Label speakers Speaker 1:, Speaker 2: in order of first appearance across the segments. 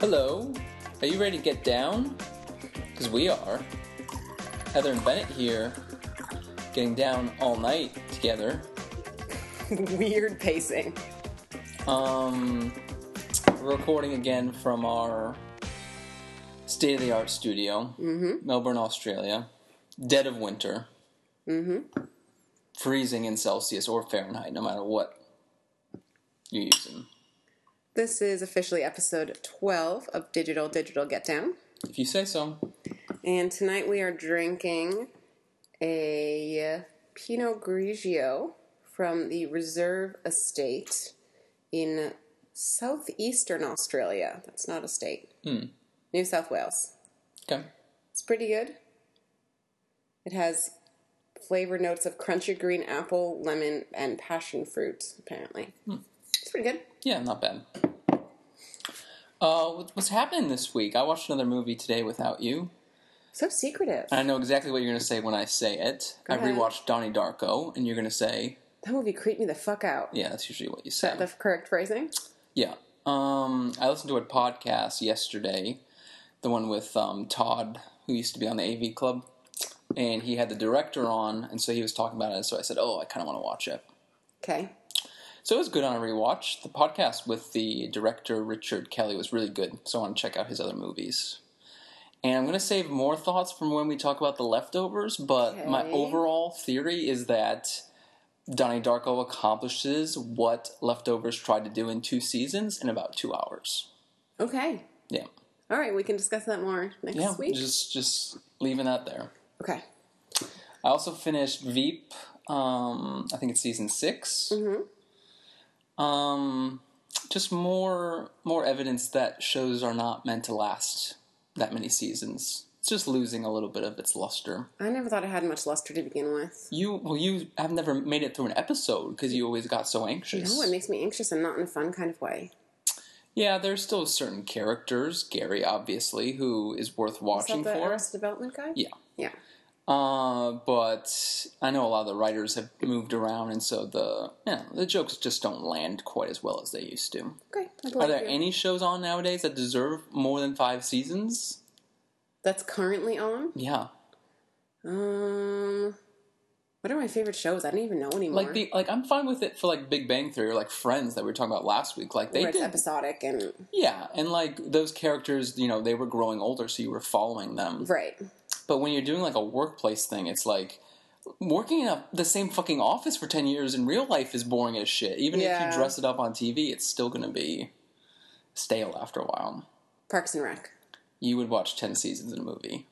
Speaker 1: Hello. Are you ready to get down? Because we are. Heather and Bennett here, getting down all night together.
Speaker 2: Weird pacing.
Speaker 1: Um, we're recording again from our state of the art studio, Melbourne, Australia. Dead of winter. Mm-hmm. Freezing in Celsius or Fahrenheit, no matter what you're using.
Speaker 2: This is officially episode 12 of Digital Digital Get Down.
Speaker 1: If you say so.
Speaker 2: And tonight we are drinking a Pinot Grigio from the Reserve Estate in southeastern Australia. That's not a state. New South Wales.
Speaker 1: Okay.
Speaker 2: It's pretty good. It has flavor notes of crunchy green apple, lemon, and passion fruit, apparently. It's pretty good.
Speaker 1: Yeah, not bad. Uh, what- what's happening this week? I watched another movie today without you.
Speaker 2: So secretive.
Speaker 1: And I know exactly what you're going to say when I say it. I
Speaker 2: ahead.
Speaker 1: rewatched Donnie Darko, and you're going to say,
Speaker 2: That movie creeped me the fuck out.
Speaker 1: yeah, that's usually what you
Speaker 2: Is
Speaker 1: say.
Speaker 2: that the correct phrasing?
Speaker 1: yeah. Um, I listened to a podcast yesterday, the one with um, Todd, who used to be on the AV Club, and he had the director on, and so he was talking about it. So I said, oh, I kind of want to watch it.
Speaker 2: Okay.
Speaker 1: So it was good on a rewatch. The podcast with the director Richard Kelly was really good, so I want to check out his other movies. And I'm going to save more thoughts from when we talk about the leftovers, but my
Speaker 2: Okay.
Speaker 1: overall theory is that Donnie Darko accomplishes what leftovers tried to do in two seasons in about two hours.
Speaker 2: Okay.
Speaker 1: Yeah,
Speaker 2: All right, we can discuss that more next
Speaker 1: yeah.
Speaker 2: week.
Speaker 1: Just just leaving that there.
Speaker 2: Okay.
Speaker 1: I also finished Veep. Um, I think it's season 6 Um, just more more evidence that shows are not meant to last that many seasons. It's just losing a little bit of its luster.
Speaker 2: I never thought it had much luster to begin with.
Speaker 1: You well, you have never made it through an episode because you always got so anxious.
Speaker 2: No, it makes me anxious and not in a fun kind of way.
Speaker 1: yeah, there's still certain characters, Gary obviously, who is worth
Speaker 2: Is that
Speaker 1: watching
Speaker 2: the
Speaker 1: for.
Speaker 2: Arrested Development guy?
Speaker 1: Yeah.
Speaker 2: Yeah.
Speaker 1: Uh, but I know a lot of the writers have moved around, and so the yeah, the jokes just don't land quite as well as they used to.
Speaker 2: Okay. I
Speaker 1: Are
Speaker 2: believe
Speaker 1: there
Speaker 2: you.
Speaker 1: any shows on nowadays that deserve more than five seasons?
Speaker 2: That's currently on?
Speaker 1: Yeah,
Speaker 2: Um, what are my favorite shows? I don't even know anymore.
Speaker 1: like the like I'm fine with it for like Big Bang Theory or like Friends that we were talking about last week. Like they
Speaker 2: where it's
Speaker 1: did,
Speaker 2: episodic and
Speaker 1: yeah, and like those characters, you know, they were growing older, so you were following them.
Speaker 2: right.
Speaker 1: But when you're doing like a workplace thing, it's like working in a, the same fucking office for 10 years in real life is boring as shit. Even if
Speaker 2: Yeah.
Speaker 1: you dress it up on TV, it's still going to be stale after a while.
Speaker 2: Parks and Rec.
Speaker 1: You would watch 10 seasons in a movie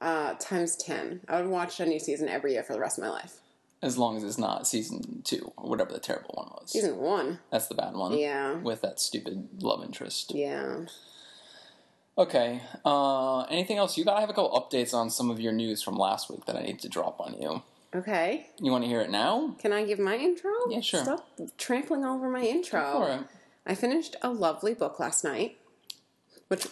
Speaker 2: Uh, times ten. I would watch a new season every year for the rest of my life.
Speaker 1: as long as it's not season 2 or whatever the terrible one was.
Speaker 2: Season one.
Speaker 1: That's the bad one.
Speaker 2: Yeah.
Speaker 1: With that stupid love interest.
Speaker 2: Yeah.
Speaker 1: Okay. Uh, anything else? You got to have a couple updates on some of your news from last week that I need to drop on you.
Speaker 2: Okay.
Speaker 1: You want to hear it now?
Speaker 2: Can I give my intro?
Speaker 1: Yeah, sure.
Speaker 2: Stop trampling all over my intro.
Speaker 1: Alright.
Speaker 2: I finished a lovely book last night.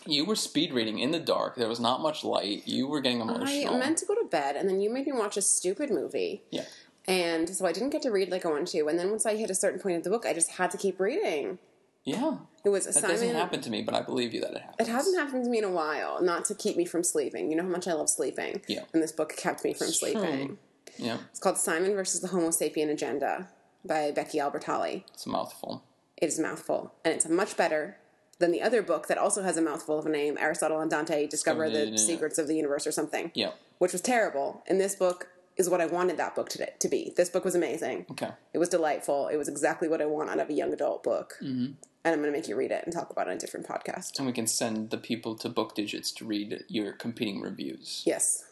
Speaker 1: You were speed reading in the dark. There was not much light. You were getting emotional.
Speaker 2: I meant to go to bed, and then you made me watch a stupid movie.
Speaker 1: yeah.
Speaker 2: And so I didn't get to read like I wanted to. And then once I hit a certain point of the book, I just had to keep reading.
Speaker 1: Yeah.
Speaker 2: It was
Speaker 1: That
Speaker 2: Simon.
Speaker 1: doesn't happen to me, but I believe you that it happens.
Speaker 2: It hasn't happened to me in a while, not to keep me from sleeping. You know how much I love sleeping.
Speaker 1: Yeah.
Speaker 2: And this book kept me from sleeping.
Speaker 1: Yeah.
Speaker 2: It's called Simon versus the Homo sapien Agenda by Becky Albertalli.
Speaker 1: It's a mouthful.
Speaker 2: It is a mouthful, and it's much better than the other book that also has a mouthful of a name Aristotle and Dante Discover
Speaker 1: Discover the-
Speaker 2: the Secrets of the Universe or something,
Speaker 1: Yeah.
Speaker 2: which was terrible. And this book is what I wanted that book to, to be. This book was amazing.
Speaker 1: Okay.
Speaker 2: It was delightful. It was exactly what I want out of a young adult book. Mm-hmm. And I'm going to make you read it and talk about it on a different podcast.
Speaker 1: And we can send the people to Book Digits to read your competing reviews.
Speaker 2: Yes.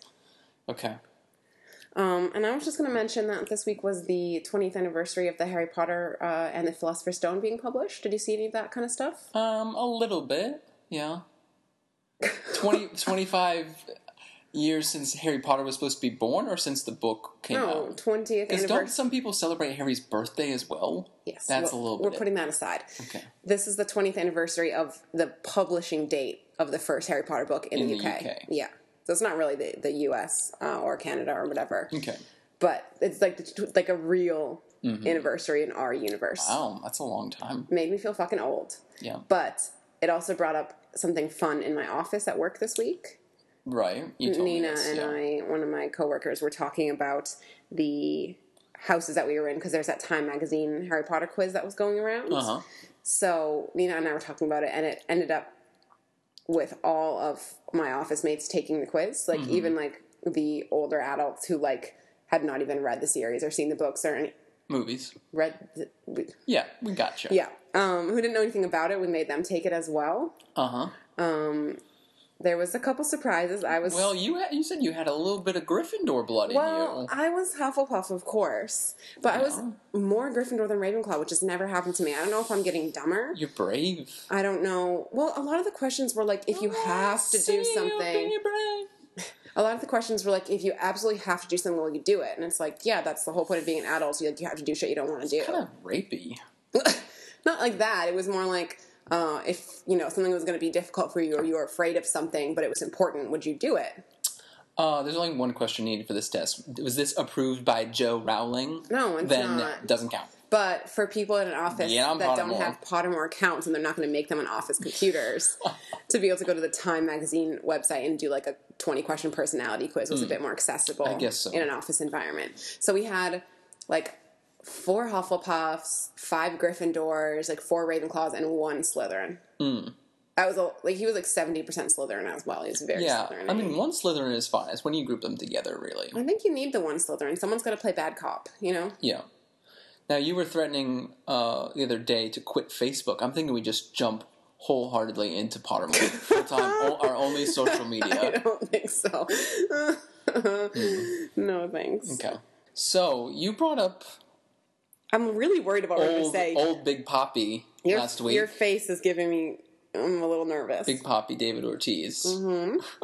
Speaker 1: Okay.
Speaker 2: Um, and I was just going to mention that this week was the 20th anniversary of the Harry Potter uh, and the Philosopher's Stone being published. Did you see any of that kind of stuff?
Speaker 1: Um, a little bit, yeah. 20, 25 years since Harry Potter was supposed to be born, or since the book came
Speaker 2: No,
Speaker 1: out.
Speaker 2: 20th
Speaker 1: Because don't
Speaker 2: Oh, anniversary.
Speaker 1: some people celebrate Harry's birthday as well?
Speaker 2: Yes,
Speaker 1: that's
Speaker 2: we're-
Speaker 1: a little
Speaker 2: We're
Speaker 1: bit.
Speaker 2: putting that aside.
Speaker 1: Okay.
Speaker 2: This is the 20th anniversary of the publishing date of the first Harry Potter book in,
Speaker 1: In
Speaker 2: the,
Speaker 1: the
Speaker 2: UK.
Speaker 1: UK.
Speaker 2: Yeah. So it's not really the, the US uh, or Canada or whatever.
Speaker 1: Okay.
Speaker 2: But it's like the, like a real
Speaker 1: Mm-hmm.
Speaker 2: anniversary in our universe.
Speaker 1: Oh, that's a long time.
Speaker 2: Made me feel fucking old.
Speaker 1: Yeah.
Speaker 2: But it also brought up something fun in my office at work this week.
Speaker 1: Right. You told
Speaker 2: Nina
Speaker 1: me this,
Speaker 2: and
Speaker 1: yeah.
Speaker 2: I, one of my coworkers, were talking about the houses that we were in because there's that Time Magazine Harry Potter quiz that was going around.
Speaker 1: Uh-huh.
Speaker 2: So Nina and I were talking about it, and it ended up with all of my office mates taking the quiz, like
Speaker 1: Mm-hmm.
Speaker 2: even like the older adults who like had not even read the series or seen the books or any,
Speaker 1: Movies.
Speaker 2: read. The,
Speaker 1: Yeah, we gotcha.
Speaker 2: yeah, um, who didn't know anything about it, we made them take it as well.
Speaker 1: Uh huh.
Speaker 2: There was a couple surprises. I was
Speaker 1: Well, you ha- you said you had a little bit of Gryffindor blood in
Speaker 2: Well,
Speaker 1: you.
Speaker 2: I was Hufflepuff, of course, but I was more Gryffindor than Ravenclaw, which has never happened to me. I don't know if I'm getting dumber.
Speaker 1: You're brave.
Speaker 2: I don't know. Well, a lot of the questions were like, if you have to do
Speaker 1: See, you're
Speaker 2: something.
Speaker 1: being brave.
Speaker 2: A lot of the questions were like, if you absolutely have to do something, will you do it? And it's like, yeah, that's the whole point of being an adult. You like, you have to do shit you don't want to do.
Speaker 1: Kind of rapey.
Speaker 2: Not like that. It was more like. Uh, if you know something was going to be difficult for you, or you were afraid of something, but it was important, would you do it?
Speaker 1: Uh, there's only one question needed for this test. Was this approved by Joe Rowling?
Speaker 2: No, it's
Speaker 1: then
Speaker 2: not.
Speaker 1: it doesn't count.
Speaker 2: But for people in an office
Speaker 1: Yeah, I'm
Speaker 2: that don't
Speaker 1: Pottermore.
Speaker 2: have Pottermore accounts and they're not going to make them on office computers, to be able to go to the Time magazine website and do like a 20 question personality quiz was a bit more accessible I
Speaker 1: Mm. guess so.
Speaker 2: in an office environment. So we had like four Hufflepuffs, five Gryffindors, like four Ravenclaws, and one Slytherin.
Speaker 1: Mm.
Speaker 2: That was a, like he was like 70% Slytherin as well. He was very
Speaker 1: Yeah,
Speaker 2: Slytherin.
Speaker 1: I mean, one Slytherin is fine. It's when you group them together, really.
Speaker 2: I think you need the one Slytherin. Someone's got to play bad cop, you know?
Speaker 1: Yeah. Now you were threatening uh, the other day to quit Facebook. I'm thinking we just jump wholeheartedly into Pottermore full time, o- our only social
Speaker 2: I
Speaker 1: media.
Speaker 2: don't think so. no thanks.
Speaker 1: Okay. So you brought up
Speaker 2: I'm really worried about what I'm going to
Speaker 1: old,
Speaker 2: say.
Speaker 1: old Big Poppy
Speaker 2: your,
Speaker 1: last week.
Speaker 2: your face is giving me. I'm a little nervous.
Speaker 1: Big Poppy David Ortiz.
Speaker 2: Mm-hmm.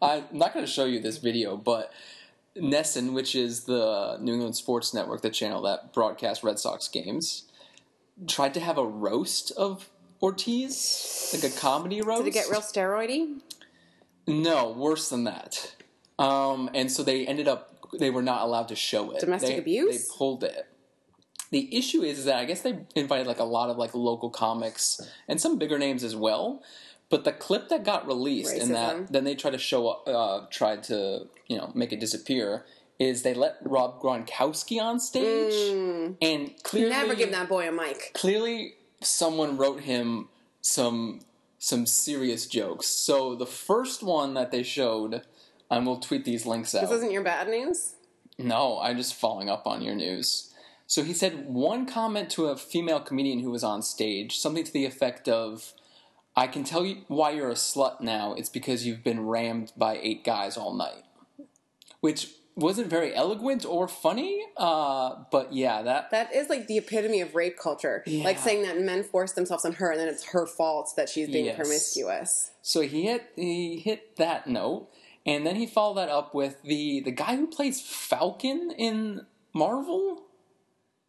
Speaker 1: I'm not going to show you this video, but Nesson, which is the New England Sports Network, the channel that broadcasts Red Sox games, tried to have a roast of Ortiz, like a comedy roast.
Speaker 2: Did it get real steroidy?
Speaker 1: No, worse than that. Um, and so they ended up they were not allowed to show it.
Speaker 2: Domestic
Speaker 1: They-
Speaker 2: abuse?
Speaker 1: They pulled it. The issue is that I guess they invited like a lot of like local comics and some bigger names as well. But the clip that got released and
Speaker 2: Racism.
Speaker 1: that then they tried to show up, uh, tried to you know make it disappear is they let Rob Gronkowski on stage and clearly
Speaker 2: Mm. Never give that boy a mic.
Speaker 1: clearly someone wrote him some some serious jokes. So the first one that they showed, and we'll tweet these links out.
Speaker 2: This isn't your bad news.
Speaker 1: no, I'm just following up on your news. So he said one comment to a female comedian who was on stage, something to the effect of, "I can tell you why you're a slut now. It's because you've been rammed by eight guys all night," which wasn't very eloquent or funny. Uh, but yeah, that
Speaker 2: That is like the epitome of rape culture. Like
Speaker 1: Yeah.
Speaker 2: saying that men force themselves on her and then it's her fault that she's being
Speaker 1: Yes.
Speaker 2: promiscuous.
Speaker 1: So he hit he hit that note, and then he followed that up with the the guy who plays Falcon in Marvel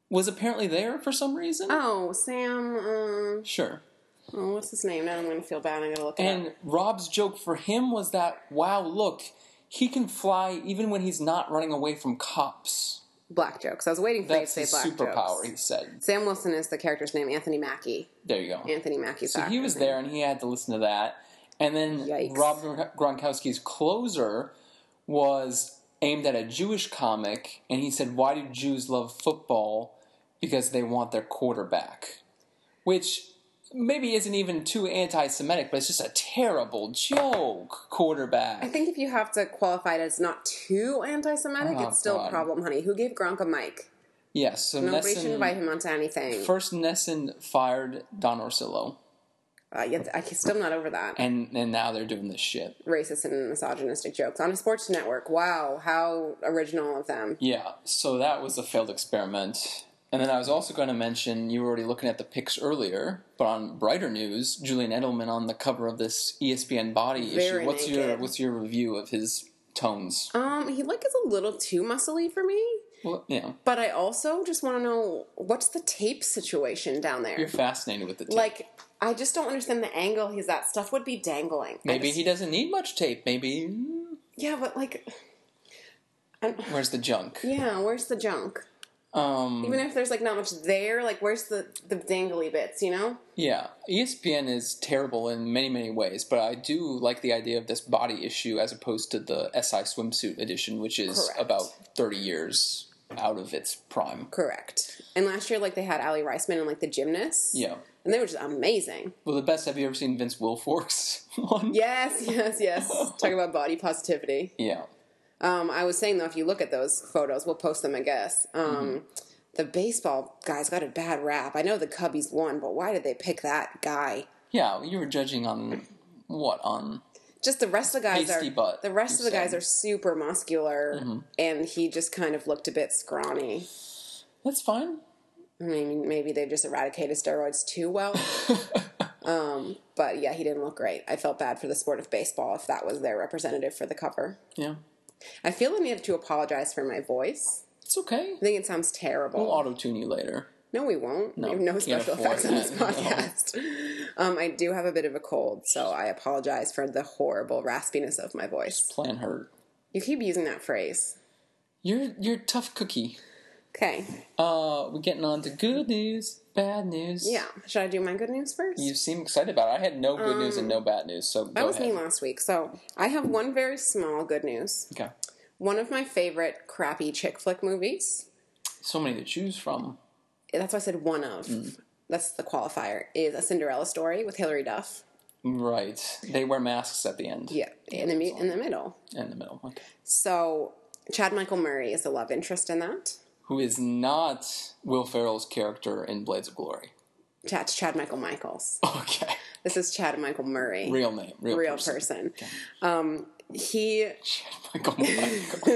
Speaker 1: was apparently there for some reason.
Speaker 2: Oh, Sam. Um,
Speaker 1: Sure.
Speaker 2: oh, what's his name? Now I'm going to feel bad. I'm going to look it up.
Speaker 1: And Rob's joke for him was that wow, look, he can fly even when he's not running away from cops.
Speaker 2: Black jokes. I was waiting for
Speaker 1: That's
Speaker 2: you to
Speaker 1: his
Speaker 2: say black
Speaker 1: superpower,
Speaker 2: jokes.
Speaker 1: he said.
Speaker 2: Sam Wilson is the character's name. Anthony Mackie.
Speaker 1: There you go.
Speaker 2: Anthony Mackie's
Speaker 1: So he
Speaker 2: actor's
Speaker 1: was
Speaker 2: name.
Speaker 1: there, and he had to listen to that. And then
Speaker 2: Yikes.
Speaker 1: Rob Gronkowski's closer was aimed at a Jewish comic, and he said, "Why do Jews love football? Because they want their quarterback," which maybe isn't even too anti-Semitic, but it's just a terrible joke. Quarterback.
Speaker 2: I think if you have to qualify it as not too anti-Semitic,
Speaker 1: Oh,
Speaker 2: it's still
Speaker 1: God.
Speaker 2: a problem, honey. Who gave Gronk a mic?
Speaker 1: yes. So
Speaker 2: Nobody should invite
Speaker 1: Nesson,
Speaker 2: him onto anything.
Speaker 1: first Nesson fired Don Orsillo,
Speaker 2: uh, yet I'm still not over that.
Speaker 1: and and now they're doing this shit.
Speaker 2: Racist and misogynistic jokes on a sports network. Wow, how original of them.
Speaker 1: Yeah, so that was a failed experiment. And then I was also going to mention you were already looking at the pics earlier, but on brighter news, Julian Edelman on the cover of this E ESPN body
Speaker 2: Very
Speaker 1: issue. What's your
Speaker 2: naked.
Speaker 1: what's your review of his tones?
Speaker 2: Um, he like is a little too muscly for me,
Speaker 1: Well, you know,
Speaker 2: but I also just want to know what's the tape situation down there.
Speaker 1: you're fascinated with the tape.
Speaker 2: like I just don't understand the angle he's at. Stuff would be dangling. I
Speaker 1: Maybe
Speaker 2: just-
Speaker 1: he doesn't need much tape. Maybe
Speaker 2: Yeah, but like, I'm,
Speaker 1: where's the junk?
Speaker 2: yeah, where's the junk?
Speaker 1: Um,
Speaker 2: Even if there's like not much there, like where's the the dangly bits? You know?
Speaker 1: yeah, E ESPN is terrible in many many ways, but I do like the idea of this body issue as opposed to the SI swimsuit edition, which is
Speaker 2: Correct.
Speaker 1: about thirty years out of its prime.
Speaker 2: Correct. And last year, like they had Ali Reisman and like the gymnasts.
Speaker 1: Yeah.
Speaker 2: And they were just amazing.
Speaker 1: Well, the best. Have you ever seen Vince Wilfork's one?
Speaker 2: Yes, yes, yes. Talk about body positivity.
Speaker 1: Yeah.
Speaker 2: Um, I was saying though, if you look at those photos, we'll post them, I guess. Um, The baseball guys got a bad rap. I know the Cubbies won, but why did they pick that guy?
Speaker 1: Yeah, you were judging on what on?
Speaker 2: Just the rest of the guys
Speaker 1: Pasty
Speaker 2: are
Speaker 1: butt,
Speaker 2: the rest of
Speaker 1: you're
Speaker 2: the guys
Speaker 1: saying.
Speaker 2: are super muscular, and he just kind of looked a bit scrawny.
Speaker 1: That's fine.
Speaker 2: I mean, maybe they've just eradicated steroids too well. um, but yeah, he didn't look great. I felt bad for the sport of baseball if that was their representative for the cover.
Speaker 1: Yeah,
Speaker 2: I feel the need to apologize for my voice.
Speaker 1: it's okay.
Speaker 2: I think it sounds terrible.
Speaker 1: We'll auto tune you later.
Speaker 2: No, we won't. we have no
Speaker 1: can't
Speaker 2: special
Speaker 1: afford
Speaker 2: effects on this
Speaker 1: that, no.
Speaker 2: podcast. Um, I do have a bit of a cold, so I apologize for the horrible raspiness of my voice.
Speaker 1: Plan hurt.
Speaker 2: You keep using that phrase.
Speaker 1: You're you're a tough cookie.
Speaker 2: Okay.
Speaker 1: Uh, we're getting on to good news, bad news.
Speaker 2: Yeah. Should I do my good news first?
Speaker 1: You seem excited about it. I had no good news and no bad news, so
Speaker 2: Um, that
Speaker 1: go
Speaker 2: was me
Speaker 1: ahead.
Speaker 2: last week. So I have one very small good news.
Speaker 1: Okay.
Speaker 2: One of my favorite crappy chick flick movies.
Speaker 1: So many to choose from.
Speaker 2: That's why I said one of. That's the qualifier. Is a Cinderella story with Hilary Duff.
Speaker 1: Right. They wear masks at the end.
Speaker 2: Yeah. In the me- in the middle.
Speaker 1: In the middle. Okay.
Speaker 2: So Chad Michael Murray is the love interest in that.
Speaker 1: Who is not Will Ferrell's character in Blades of Glory?
Speaker 2: That's Chad Michael Michaels.
Speaker 1: Okay.
Speaker 2: This is Chad Michael Murray,
Speaker 1: Real name. Real,
Speaker 2: real
Speaker 1: person.
Speaker 2: person. Um, he
Speaker 1: Michael Michael.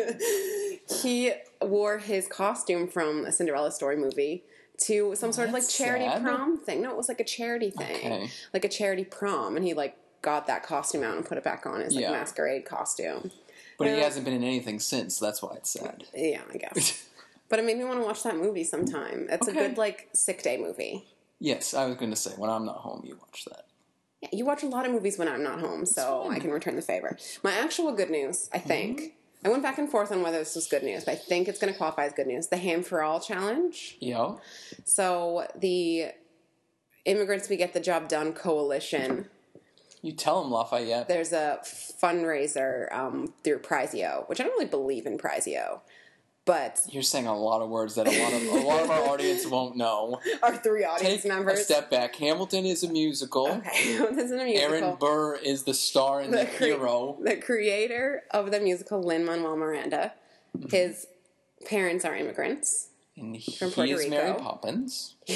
Speaker 2: he wore his costume from a Cinderella story movie to some sort of like
Speaker 1: That's
Speaker 2: charity
Speaker 1: sad.
Speaker 2: prom thing. No, it was like a charity thing,
Speaker 1: Okay.
Speaker 2: like a charity prom, and he like got that costume out and put it back on his like
Speaker 1: Yeah.
Speaker 2: masquerade costume.
Speaker 1: But he
Speaker 2: Yeah.
Speaker 1: hasn't been in anything since. That's why it's sad.
Speaker 2: Yeah, I guess. But it made me want to watch that movie sometime. It's
Speaker 1: Okay.
Speaker 2: a good like sick day movie.
Speaker 1: Yes, I was going to say when I'm not home, you watch that.
Speaker 2: Yeah, you watch a lot of movies when I'm not home, so I can return the favor. My actual good news,
Speaker 1: Mm-hmm.
Speaker 2: I think. I went back and forth on whether this was good news, but I think it's going to qualify as good news. The Ham for All challenge.
Speaker 1: Yo,
Speaker 2: So the Immigrants We Get the Job Done coalition.
Speaker 1: you tell him Lafayette.
Speaker 2: There's a fundraiser um, through Prizeo, which I don't really believe in Prizeo, but
Speaker 1: You're saying a lot of words that a lot of a lot of our audience won't know.
Speaker 2: our three audience
Speaker 1: Take a
Speaker 2: members.
Speaker 1: step back. Hamilton is a musical.
Speaker 2: Okay, this isn't a musical.
Speaker 1: Aaron Burr is the star and the,
Speaker 2: cre-
Speaker 1: hero.
Speaker 2: the creator of the musical Lin Manuel Miranda.
Speaker 1: Mm-hmm.
Speaker 2: His parents are immigrants.
Speaker 1: And he
Speaker 2: Puerto
Speaker 1: is Mary
Speaker 2: Rico.
Speaker 1: Poppins.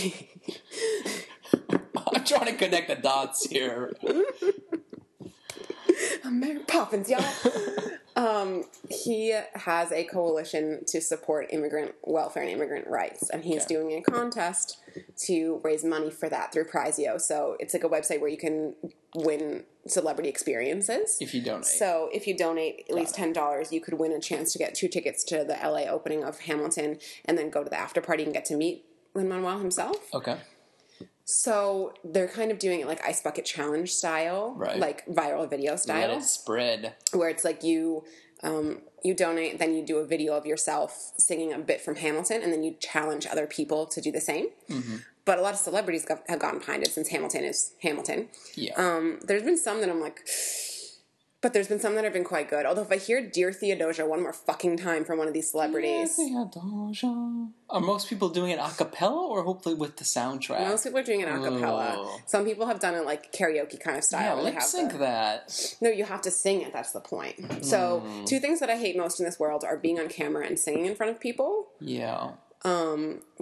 Speaker 1: I'm trying to connect the dots here.
Speaker 2: I'm Mary Poppins, y'all. um, he has a coalition to support immigrant welfare and immigrant rights, and he's
Speaker 1: Okay.
Speaker 2: doing a contest to raise money for that through Prizeo. So it's like a website where you can win celebrity experiences.
Speaker 1: If you donate,
Speaker 2: So if you donate at least ten dollars, you could win a chance to get two tickets to the LA opening of Hamilton, and then go to the after party and get to meet Lin Manuel himself.
Speaker 1: okay.
Speaker 2: So they're kind of doing it like ice bucket challenge style,
Speaker 1: Right.
Speaker 2: like viral video style,
Speaker 1: Let it spread.
Speaker 2: where it's like you. Um, you donate, then you do a video of yourself singing a bit from Hamilton, and then you challenge other people to do the same. But a lot of celebrities got, have gotten behind it since Hamilton is Hamilton.
Speaker 1: Yeah.
Speaker 2: Um, there's been some that I'm like, but there's been some that have been quite good. Although if I hear "Dear Theodosia" one more fucking time from one of these celebrities,
Speaker 1: Are most people doing it a cappella or hopefully with the soundtrack?
Speaker 2: most people are doing it a cappella.
Speaker 1: Ooh.
Speaker 2: Some people have done it like karaoke kind of
Speaker 1: yeah,
Speaker 2: style. where they
Speaker 1: lip
Speaker 2: have
Speaker 1: sync
Speaker 2: the-
Speaker 1: that.
Speaker 2: No, you have to sing it. That's the point. So two things that I hate most in this world are being on camera and singing in front of people.
Speaker 1: Yeah.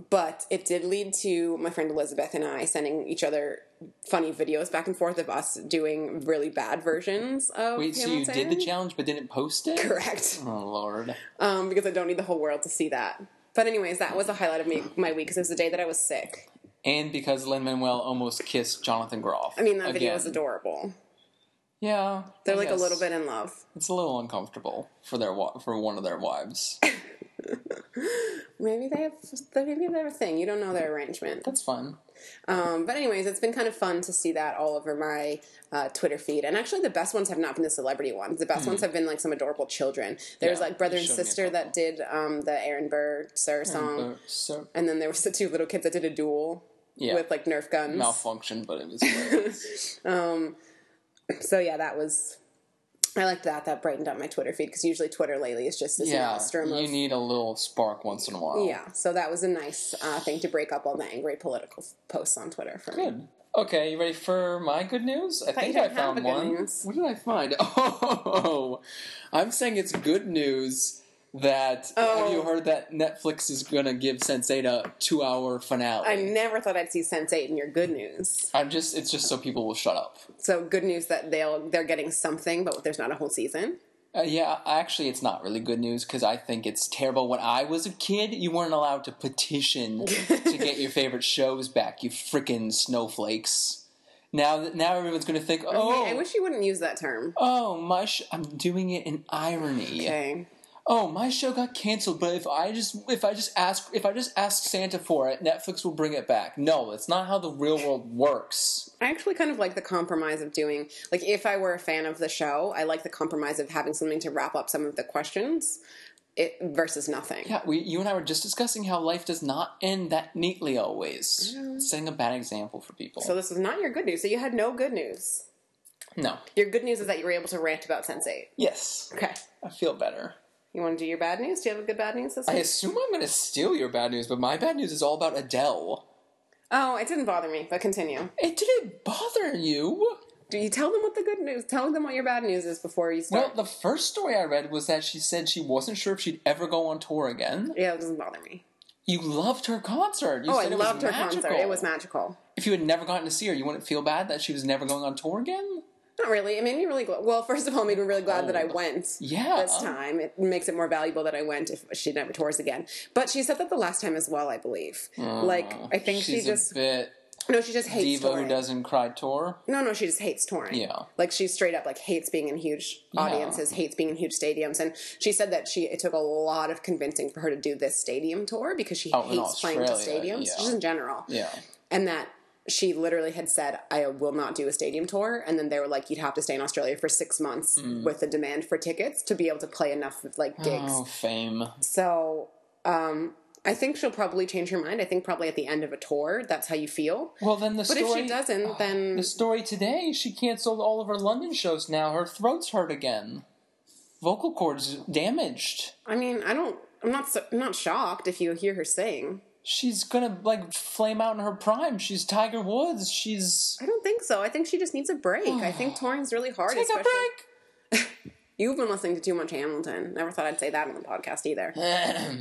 Speaker 2: But it did lead to my friend Elizabeth and I sending each other funny videos back and forth of us doing really bad versions of.
Speaker 1: Wait, so you did the
Speaker 2: Hamilton.
Speaker 1: challenge but didn't post it?
Speaker 2: Correct.
Speaker 1: Oh lord.
Speaker 2: um, because I don't need the whole world to see that. But anyways, that was a highlight of me, my week because it was the day that I was sick.
Speaker 1: And because Lin Manuel almost kissed Jonathan Groff.
Speaker 2: I mean, that video was
Speaker 1: Again.
Speaker 2: adorable.
Speaker 1: Yeah.
Speaker 2: They're
Speaker 1: I
Speaker 2: like a
Speaker 1: guess.
Speaker 2: little bit in love.
Speaker 1: It's a little uncomfortable for their wa- for one of their wives.
Speaker 2: Maybe they have maybe they have a thing. You don't know their arrangement.
Speaker 1: That's fun.
Speaker 2: Um, but anyways, it's been kind of fun to see that all over my uh, Twitter feed. And actually, the best ones have not been the celebrity ones. The best ones have been like some adorable children. There's
Speaker 1: Mm-hmm. Yeah,
Speaker 2: like brother
Speaker 1: you
Speaker 2: and
Speaker 1: showed me a
Speaker 2: sister that did um, the Aaron Burr Sir song,
Speaker 1: But so
Speaker 2: and then there was the two little kids that did a duel
Speaker 1: yeah,
Speaker 2: with like Nerf guns.
Speaker 1: malfunction, but it was hilarious.
Speaker 2: So yeah, that was. I liked that. That brightened up my Twitter feed because usually Twitter lately is just this
Speaker 1: yeah.
Speaker 2: maelstrom
Speaker 1: You
Speaker 2: of
Speaker 1: need a little spark once in a while.
Speaker 2: yeah. So that was a nice uh, thing to break up all the angry political f- posts on Twitter for me.
Speaker 1: Good. Okay, you ready for my good news? I
Speaker 2: thought you
Speaker 1: think I
Speaker 2: didn't have
Speaker 1: found
Speaker 2: a good
Speaker 1: one.
Speaker 2: news.
Speaker 1: What did I find? Oh, I'm saying it's good news that have
Speaker 2: Oh.
Speaker 1: you heard that Netflix is gonna give Sense8 a two-hour finale?
Speaker 2: I never thought I'd see Sense Eight in your good news.
Speaker 1: I'm just it's just so people will shut up.
Speaker 2: So good news that they'll they're getting something, but there's not a whole season.
Speaker 1: Uh, yeah, actually, it's not really good news because I think it's terrible. When I was a kid, you weren't allowed to petition to get your favorite shows back. You frickin' snowflakes. Now, th- now everyone's gonna think, oh,
Speaker 2: I wish you wouldn't use that term.
Speaker 1: oh, my, sh- I'm doing it in irony.
Speaker 2: Okay.
Speaker 1: Oh, my show got canceled, but if I just, if I just ask, if I just ask Santa for it, Netflix will bring it back. No, that's not how the real world works.
Speaker 2: I actually kind of like the compromise of doing like if I were a fan of the show, I like the compromise of having something to wrap up some of the questions. It versus nothing.
Speaker 1: Yeah, we, you and I were just discussing how life does not end that neatly always. Setting a bad example for people.
Speaker 2: So this was not your good news. So you had no good news.
Speaker 1: no.
Speaker 2: Your good news is that you were able to rant about Sense Eight.
Speaker 1: Yes,
Speaker 2: Okay.
Speaker 1: I feel better.
Speaker 2: You want to do your bad news? Do you have a good bad news this
Speaker 1: I
Speaker 2: week?
Speaker 1: assume I'm going to steal your bad news, but my bad news is all about Adele.
Speaker 2: Oh, it didn't bother me, but continue.
Speaker 1: It didn't bother you.
Speaker 2: Do you tell them what the good news? Tell them what your bad news is before you
Speaker 1: Well,
Speaker 2: start.
Speaker 1: the first story I read was that she said she wasn't sure if she'd ever go on tour again.
Speaker 2: yeah, it doesn't bother me.
Speaker 1: You loved her concert. You
Speaker 2: Oh, I
Speaker 1: said it was
Speaker 2: loved her concert.
Speaker 1: magical.
Speaker 2: It was magical.
Speaker 1: If you had never gotten to see her, you wouldn't feel bad that she was never going on tour again?
Speaker 2: Not really. It made me really gl- well. First of all, it made me really glad that I
Speaker 1: Oh,
Speaker 2: went.
Speaker 1: yeah.
Speaker 2: This time, it makes it more valuable that I went if she never tours again. But she said that the last time as well, I believe. like I think she
Speaker 1: She's
Speaker 2: just
Speaker 1: a bit
Speaker 2: no, she just hates
Speaker 1: diva
Speaker 2: touring.
Speaker 1: who doesn't cry tour.
Speaker 2: No, no, she just hates touring.
Speaker 1: Yeah.
Speaker 2: Like she straight up like hates being in huge audiences, hates being in huge stadiums. And she said that she it took a lot of convincing for her to do this stadium tour because she
Speaker 1: Oh, in
Speaker 2: hates playing to
Speaker 1: Australia,
Speaker 2: stadiums.
Speaker 1: yeah.
Speaker 2: Just in general.
Speaker 1: Yeah.
Speaker 2: And that she literally had said, I will not do a stadium tour. And then they were like, you'd have to stay in Australia for six months
Speaker 1: Mm.
Speaker 2: with the demand for tickets to be able to play enough like gigs.
Speaker 1: Oh, fame.
Speaker 2: So um I think she'll probably change her mind. I think probably at the end of a tour, that's how you feel.
Speaker 1: Well, then the
Speaker 2: But
Speaker 1: story. oh,
Speaker 2: if she doesn't, then
Speaker 1: The story today, she canceled all of her London shows now. Her throat's hurt again. Vocal cords damaged.
Speaker 2: I mean, I don't. I'm not. So, I'm not shocked if you hear her sing.
Speaker 1: She's gonna like flame out in her prime. She's Tiger Woods. She's
Speaker 2: I don't think so. I think she just needs a break. I think touring's really hard.
Speaker 1: take a
Speaker 2: especially-
Speaker 1: break.
Speaker 2: You've been listening to too much Hamilton. Never thought I'd say that on the podcast either.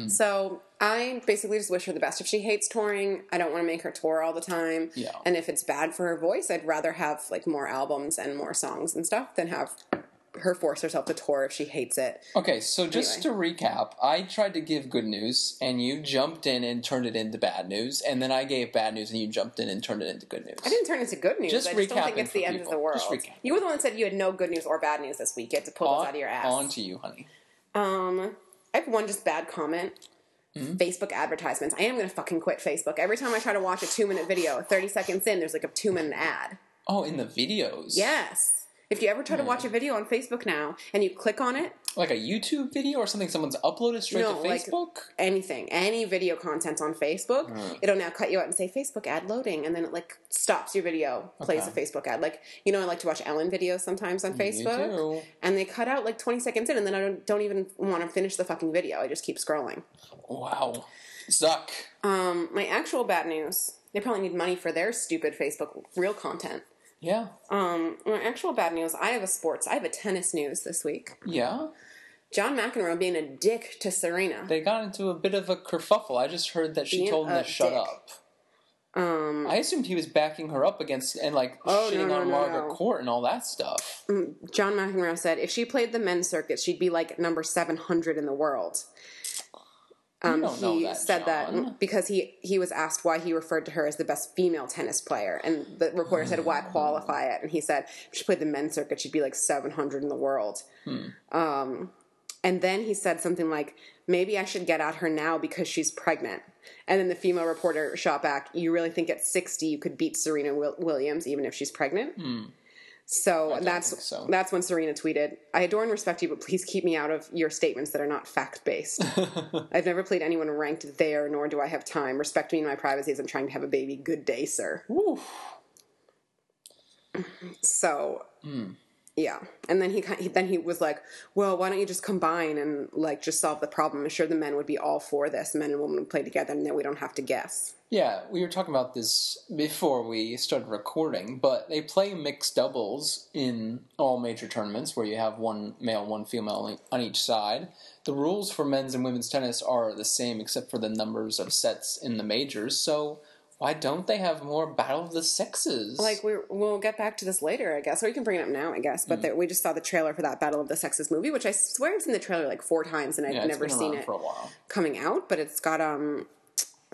Speaker 2: so I basically just wish her the best. If she hates touring, I don't want to make her tour all the time.
Speaker 1: Yeah.
Speaker 2: And if it's bad for her voice, I'd rather have like more albums and more songs and stuff than have her force herself to tour if she hates it.
Speaker 1: Okay, so just to recap, I tried to give good news, and you jumped in and turned it into bad news, and then I gave bad news, and you jumped in and turned it into good news.
Speaker 2: I didn't turn into good news.
Speaker 1: Just
Speaker 2: I just don't think
Speaker 1: recapping
Speaker 2: it's the
Speaker 1: for
Speaker 2: end of
Speaker 1: people.
Speaker 2: the world.
Speaker 1: Just recapping.
Speaker 2: you were the one that said you had no good news or bad news this week. You had to pull those out of your ass.
Speaker 1: On to you, honey.
Speaker 2: Um, I have one just bad comment. Facebook advertisements. I am gonna fucking quit Facebook. Every time I try to watch a two minute video, thirty seconds in, there's like a two minute ad.
Speaker 1: Oh, in the videos.
Speaker 2: Yes. If you ever try to watch a video on Facebook now and you click on it,
Speaker 1: Like a YouTube video or something someone's uploaded straight
Speaker 2: No,
Speaker 1: to
Speaker 2: like-
Speaker 1: Facebook?
Speaker 2: anything, any video content on Facebook, it'll now cut you out and say Facebook ad loading, and then it like stops your video, plays
Speaker 1: Okay.
Speaker 2: a Facebook ad. Like you know, I like to watch Ellen videos sometimes on Facebook,
Speaker 1: do.
Speaker 2: and they cut out like twenty seconds in, and then I don't, don't even want to finish the fucking video. I just keep scrolling.
Speaker 1: Wow. Zuck.
Speaker 2: Um, my actual bad news. They probably need money for their stupid Facebook real content.
Speaker 1: Yeah.
Speaker 2: Um, my actual bad news. I have a sports. I have a tennis news this week.
Speaker 1: Yeah.
Speaker 2: John McEnroe being a dick to Serena.
Speaker 1: They got into a bit of a kerfuffle. I just heard that she
Speaker 2: Being
Speaker 1: told him
Speaker 2: a
Speaker 1: to shut
Speaker 2: dick.
Speaker 1: up.
Speaker 2: Um,
Speaker 1: I assumed he was backing her up against and like
Speaker 2: Oh, no,
Speaker 1: shitting
Speaker 2: no,
Speaker 1: on
Speaker 2: no,
Speaker 1: Margaret
Speaker 2: no.
Speaker 1: Court and all that stuff.
Speaker 2: John McEnroe said if she played the men's circuit, she'd be like number seven hundred in the world. Um,
Speaker 1: don't
Speaker 2: he
Speaker 1: know that,
Speaker 2: said
Speaker 1: John.
Speaker 2: that because he he was asked why he referred to her as the best female tennis player, and the reporter said why qualify it, and he said if she played the men's circuit, she'd be like seven hundred in the world. Um, And then he said something like, maybe I should get at her now because she's pregnant. And then the female reporter shot back, you really think at 60 you could beat Serena Wil- Williams even if she's pregnant? So that's
Speaker 1: so.
Speaker 2: that's when Serena tweeted, I adore and respect you, but please keep me out of your statements that are not fact based. I've never played anyone ranked there, nor do I have time. Respect me in my privacy as I'm trying to have a baby. Good day, sir. So, yeah. And then he, ki- he then he was like, "Well, why don't you just combine and like just solve the problem? I'm sure the men would be all for this. Men and women would play together, and then we don't have to guess."
Speaker 1: Yeah, we were talking about this before we started recording, but they play mixed doubles in all major tournaments where you have one male, one female on each side. The rules for men's and women's tennis are the same except for the numbers of sets in the majors, so why don't they have more Battle of the Sexes?
Speaker 2: Like we we'll get back to this later, I guess, or you can bring it up now, I guess.
Speaker 1: Mm-hmm.
Speaker 2: But there, we just saw the trailer for that Battle of the Sexes movie, which I swear I've seen the trailer like four times, and I've
Speaker 1: yeah, it's
Speaker 2: never
Speaker 1: been
Speaker 2: seen
Speaker 1: around
Speaker 2: it
Speaker 1: for a while.
Speaker 2: coming out. But it's got um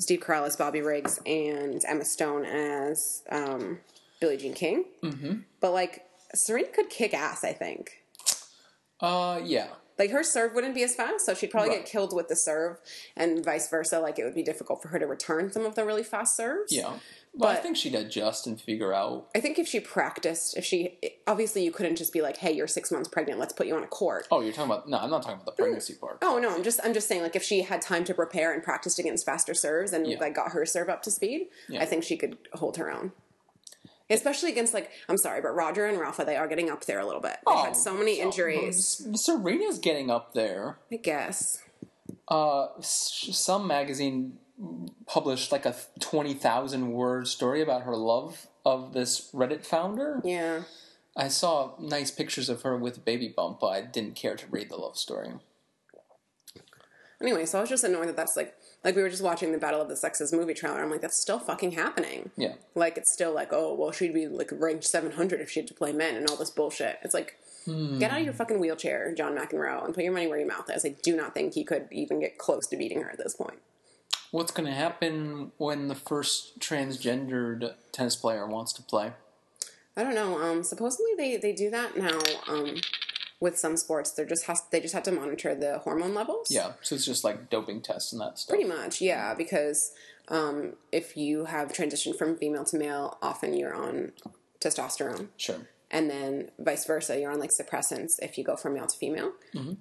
Speaker 2: Steve Carell as Bobby Riggs and Emma Stone as um Billie Jean King. Mm-hmm. But like Serena could kick ass, I think.
Speaker 1: Uh, yeah.
Speaker 2: like her serve wouldn't be as fast, so she'd probably
Speaker 1: Right.
Speaker 2: get killed with the serve, and vice versa. Like it would be difficult for her to return some of the really fast serves.
Speaker 1: Yeah. Well, I
Speaker 2: But-
Speaker 1: think she'd adjust and figure out.
Speaker 2: I think if she practiced, if she obviously you couldn't just be like, "Hey, you're six months pregnant. Let's put you on a court."
Speaker 1: Oh, you're talking about. No, I'm not talking about the pregnancy part.
Speaker 2: Oh no, I'm just I'm just saying like if she had time to prepare and practiced against faster serves and like got her serve up to speed, I think she could hold her own. Especially against like I'm sorry, but Roger and Rafa, they are getting up there a little bit. They've
Speaker 1: Oh,
Speaker 2: had so many injuries.
Speaker 1: Serena's getting up there.
Speaker 2: I guess.
Speaker 1: uh, s- some magazine published like a 20,000 word story about her love of this Reddit founder.
Speaker 2: Yeah.
Speaker 1: I saw nice pictures of her with a baby bump, but I didn't care to read the love story.
Speaker 2: Anyway, so I was just annoyed that that's like like we were just watching the Battle of the Sexes movie trailer. I'm like, that's still fucking happening.
Speaker 1: Yeah.
Speaker 2: Like it's still like, oh well, she'd be like ranked 700 if she had to play men and all this bullshit. It's like, get out of your fucking wheelchair, John McEnroe, and put your money where your mouth is. I do not think he could even get close to beating her at this point.
Speaker 1: What's going to happen when the first transgendered tennis player wants to play?
Speaker 2: I don't know. Um, supposedly they they do that now. Um, with some sports, they're just has they just have to monitor the hormone levels.
Speaker 1: Yeah, so it's just like doping tests and that stuff.
Speaker 2: Pretty much, yeah, because um, if you have transitioned from female to male, often you're on testosterone.
Speaker 1: Sure.
Speaker 2: And then vice versa, you're on like suppressants if you go from male to female.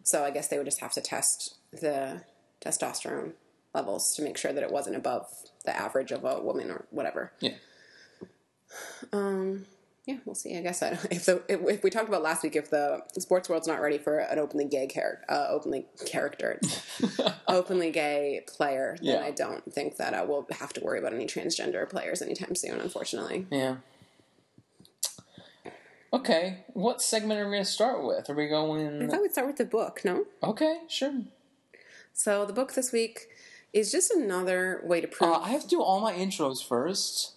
Speaker 2: So I guess they would just have to test the testosterone levels to make sure that it wasn't above the average of a woman or whatever.
Speaker 1: Yeah.
Speaker 2: Yeah, we'll see. I guess I don't, if the if, if we talked about last week, if the sports world's not ready for an openly gay character, uh, openly character, openly gay player, then
Speaker 1: Yeah.
Speaker 2: I don't think that uh, we'll have to worry about any transgender players anytime soon. Unfortunately,
Speaker 1: Yeah. Okay, what segment are we going to start with? Are we
Speaker 2: I
Speaker 1: going.
Speaker 2: thought we'd start with the book. No,
Speaker 1: Okay, sure.
Speaker 2: so the book this week is just another way to prove.
Speaker 1: Uh, I have to do all my intros first.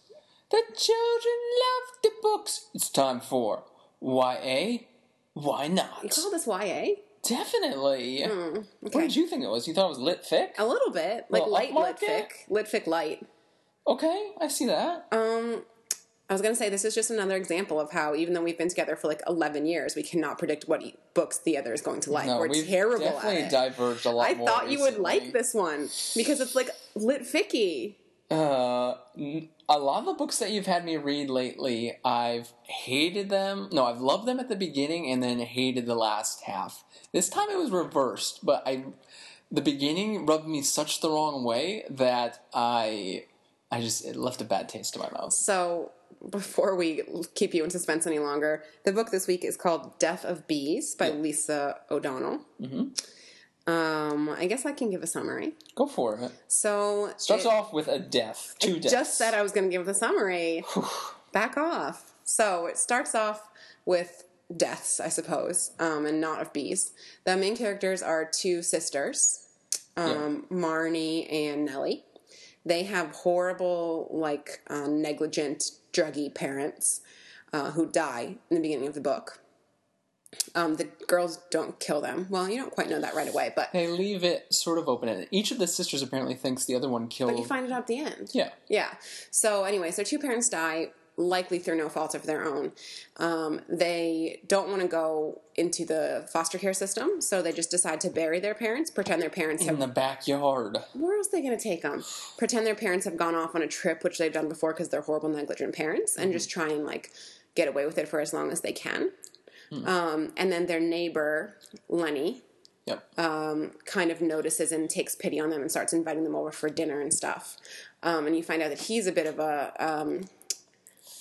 Speaker 1: The children love the books. It's time for YA. Why
Speaker 2: you
Speaker 1: not?
Speaker 2: call this YA?
Speaker 1: Definitely. What
Speaker 2: Hmm, okay. Oh.
Speaker 1: did you think it was? You thought it was lit fic?
Speaker 2: A little bit, like
Speaker 1: Well,
Speaker 2: light
Speaker 1: upmarket?
Speaker 2: litfic, litfic light.
Speaker 1: Okay, I see that.
Speaker 2: Oh, Um, I was gonna say this is just another example of how even though we've been together for like eleven years, we cannot predict what e- books the other is going to like.
Speaker 1: No,
Speaker 2: We're
Speaker 1: we've
Speaker 2: terrible at
Speaker 1: definitely
Speaker 2: it.
Speaker 1: diverged a lot
Speaker 2: I
Speaker 1: more
Speaker 2: thought you would like
Speaker 1: recently.
Speaker 2: this one because it's like lit ficky.
Speaker 1: Uh, n- a lot of the books that you've had me read lately, I've hated them. No, I've loved them at the beginning and then hated the last half. This time it was reversed, but I the beginning rubbed me such the wrong way that I I just it left a bad taste in my mouth.
Speaker 2: So before we keep you in suspense any longer, the book this week is called "Death of Bees" by Lisa O'Donnell.
Speaker 1: Mm-hmm.
Speaker 2: Um, I guess I can give a summary.
Speaker 1: Go for it.
Speaker 2: So
Speaker 1: Starts
Speaker 2: it-
Speaker 1: off with a death, two deaths.
Speaker 2: just said I was going to give the summary. Back off. So it starts off with deaths, I suppose, um, and not of bees. The main characters are two sisters, um, Marnie and Nellie. They have horrible, like, uh, negligent, druggy parents uh, who die in the beginning of the book. Um, the girls don't kill them. Well, you don't quite know that right away, but
Speaker 1: they leave it sort of open ended. Each of the sisters apparently thinks the other one killed.
Speaker 2: you find it out at the end.
Speaker 1: yeah,
Speaker 2: Yeah. So, anyways, their two parents die likely through no fault of their own. Um, they don't want to go into the foster care system, so they just decide to bury their parents, pretend their parents have
Speaker 1: in the backyard.
Speaker 2: where else are they going to take them? Pretend their parents have gone off on a trip, which they've done before because they're horrible, negligent parents, and just try and like get away with it for as long as they can. Um, and then their neighbor Lenny
Speaker 1: Yep.
Speaker 2: Oh. kind of notices and takes pity on them and starts inviting them over for dinner and stuff. Um, and you find out that he's a bit of a um,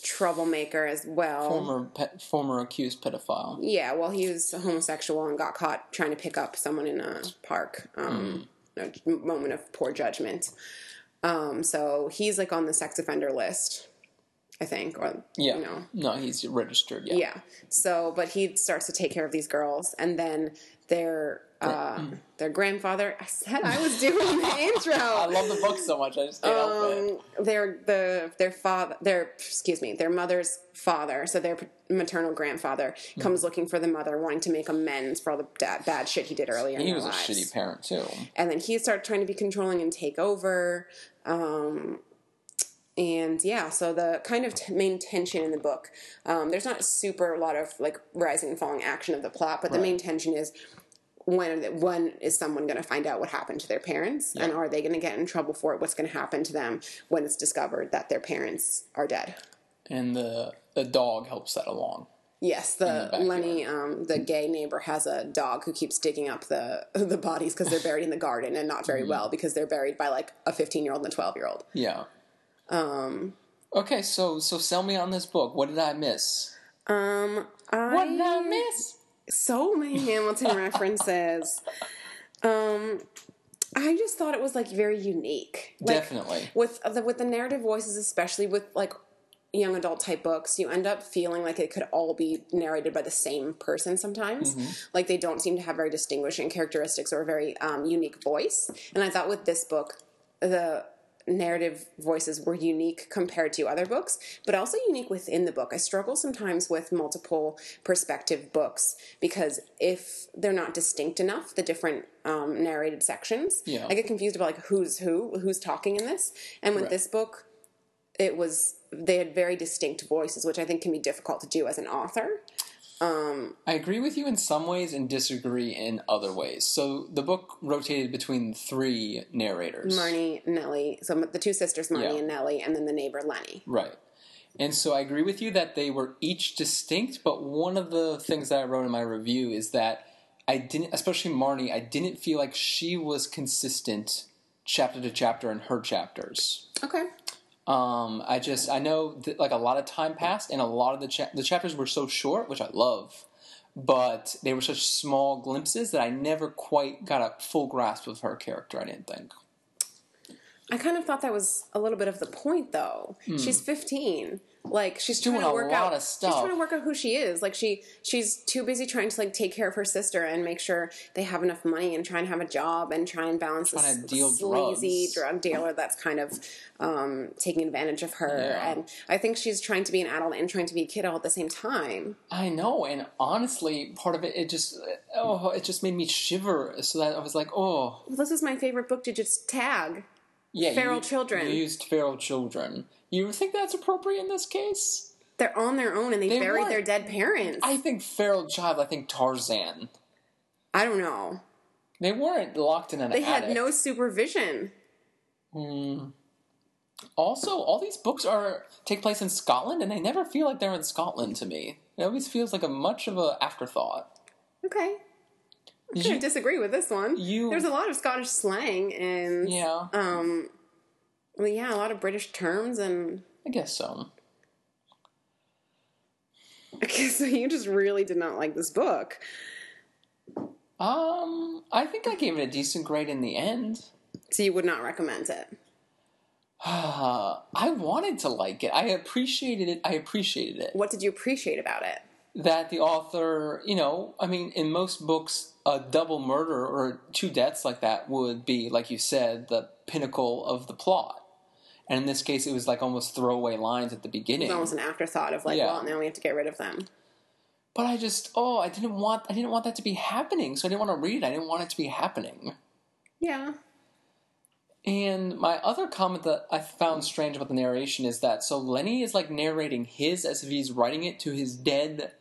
Speaker 2: troublemaker as well.
Speaker 1: former pe- former accused pedophile.
Speaker 2: Yeah, well, he was homosexual and got caught trying to pick up someone in a park. Um, A moment of poor judgment. Um, so he's like on the sex offender list, I think, or
Speaker 1: Yeah.
Speaker 2: you know,
Speaker 1: No, he's registered. Yeah.
Speaker 2: yeah. So, but he starts to take care of these girls, and then their
Speaker 1: Mm-hmm.
Speaker 2: uh, their grandfather. I said I was doing the intro.
Speaker 1: I love the book so much. I just can't help it.
Speaker 2: um, their the their father their excuse me their mother's father so their maternal grandfather
Speaker 1: Hmm.
Speaker 2: comes looking for the mother wanting to make amends for all the da- bad shit he did earlier in
Speaker 1: He
Speaker 2: their
Speaker 1: was a
Speaker 2: lives.
Speaker 1: shitty parent too.
Speaker 2: and then he starts trying to be controlling and take over um, and yeah so the kind of t- main tension in the book um, there's not super a lot of like rising and falling action of the plot but the main tension is when when is someone going to find out what happened to their parents and are they going to get in trouble for it what's going to happen to them when it's discovered that their parents are dead
Speaker 1: And the the dog helps that along.
Speaker 2: yes the,
Speaker 1: backyard.
Speaker 2: lenny um, the gay neighbor has a dog who keeps digging up the the bodies because they're buried in the garden and not very
Speaker 1: Mm-hmm.
Speaker 2: well because they're buried by like a 15 year old and a 12 year old
Speaker 1: Yeah. Um. Okay, so so sell me on this book. What did I miss?
Speaker 2: um I,
Speaker 1: What did I miss?
Speaker 2: so many Hamilton references. Um, I just thought it was like very unique. Like,
Speaker 1: Definitely.
Speaker 2: with the with the narrative voices, especially with like young adult type books, you end up feeling like it could all be narrated by the same person sometimes. Like they don't seem to have very distinguishing characteristics or a very um, unique voice. And I thought with this book, the narrative voices were unique compared to other books, but also unique within the book. I struggle sometimes with multiple perspective books because if they're not distinct enough, the different um, narrated sections,
Speaker 1: Yeah.
Speaker 2: I get confused about like who's who, who's talking in this. And with this book, it was they had very distinct voices, which I think can be difficult to do as an author.
Speaker 1: I agree with you in some ways and disagree in other ways. So the book rotated between three narrators.
Speaker 2: Marnie, Nellie, so the two sisters, Marnie
Speaker 1: Yeah.
Speaker 2: and Nellie, and then the neighbor Lenny.
Speaker 1: Right. And so I agree with you that they were each distinct, but one of the things that I wrote in my review is that I didn't, especially Marnie, I didn't feel like she was consistent chapter to chapter in her chapters.
Speaker 2: Okay.
Speaker 1: Um, I just, I know that, like a lot of time passed and a lot of the, cha- the chapters were so short, which I love, but they were such small glimpses that I never quite got a full grasp of her character, I didn't think.
Speaker 2: I kind of thought that was a little bit of the point, though. She's 15. Like she's
Speaker 1: Hmm. Doing
Speaker 2: trying to
Speaker 1: a
Speaker 2: work
Speaker 1: lot
Speaker 2: out.
Speaker 1: of stuff.
Speaker 2: She's trying to work out who she is. Like she she's too busy trying to like take care of her sister and make sure they have enough money and try and have a job and try and balance
Speaker 1: Trying
Speaker 2: this
Speaker 1: to deal
Speaker 2: sleazy
Speaker 1: drugs.
Speaker 2: drug dealer that's kind of um, taking advantage of her.
Speaker 1: Yeah.
Speaker 2: And I think she's trying to be an adult and trying to be a kid all at the same time.
Speaker 1: I know, and honestly, part of it, it just, oh, it just made me shiver. So that I was like, oh,
Speaker 2: Well, this is my favorite book to just tag.
Speaker 1: yeah, you-
Speaker 2: Feral children.
Speaker 1: You used feral children. You think that's appropriate in this case?
Speaker 2: They're on their own and they,
Speaker 1: They
Speaker 2: buried
Speaker 1: weren't.
Speaker 2: their dead parents.
Speaker 1: I think feral child. I think Tarzan.
Speaker 2: I don't know.
Speaker 1: They weren't locked in an
Speaker 2: They had
Speaker 1: attic.
Speaker 2: no supervision.
Speaker 1: Also, all these books are take place in Scotland, and they never feel like they're in Scotland to me. It always feels like a much of a afterthought.
Speaker 2: Okay. I
Speaker 1: Did
Speaker 2: kind
Speaker 1: you-
Speaker 2: of disagree with this one.
Speaker 1: you-
Speaker 2: There's a lot of Scottish slang and
Speaker 1: yeah,
Speaker 2: um well, yeah, a lot of British terms and
Speaker 1: I guess so.
Speaker 2: okay, so you just really did not like this book.
Speaker 1: Um, I think I gave it a decent grade in the end.
Speaker 2: So you would not recommend it.
Speaker 1: Uh, I wanted to like it. I appreciated it. I appreciated it.
Speaker 2: What did you appreciate about it?
Speaker 1: That the author, you know, I mean, in most books, a double murder or two deaths like that would be, like you said, the pinnacle of the plot. And in this case, it was like almost throwaway lines at the beginning.
Speaker 2: It's almost an afterthought of like,
Speaker 1: Yeah.
Speaker 2: well, now we have to get rid of them.
Speaker 1: But I just, oh, I didn't want, I didn't want that to be happening. So I didn't want to read it. I didn't want it to be happening.
Speaker 2: Yeah.
Speaker 1: And my other comment that I found strange about the narration is that so Lenny is like narrating his as if he's writing it to his dead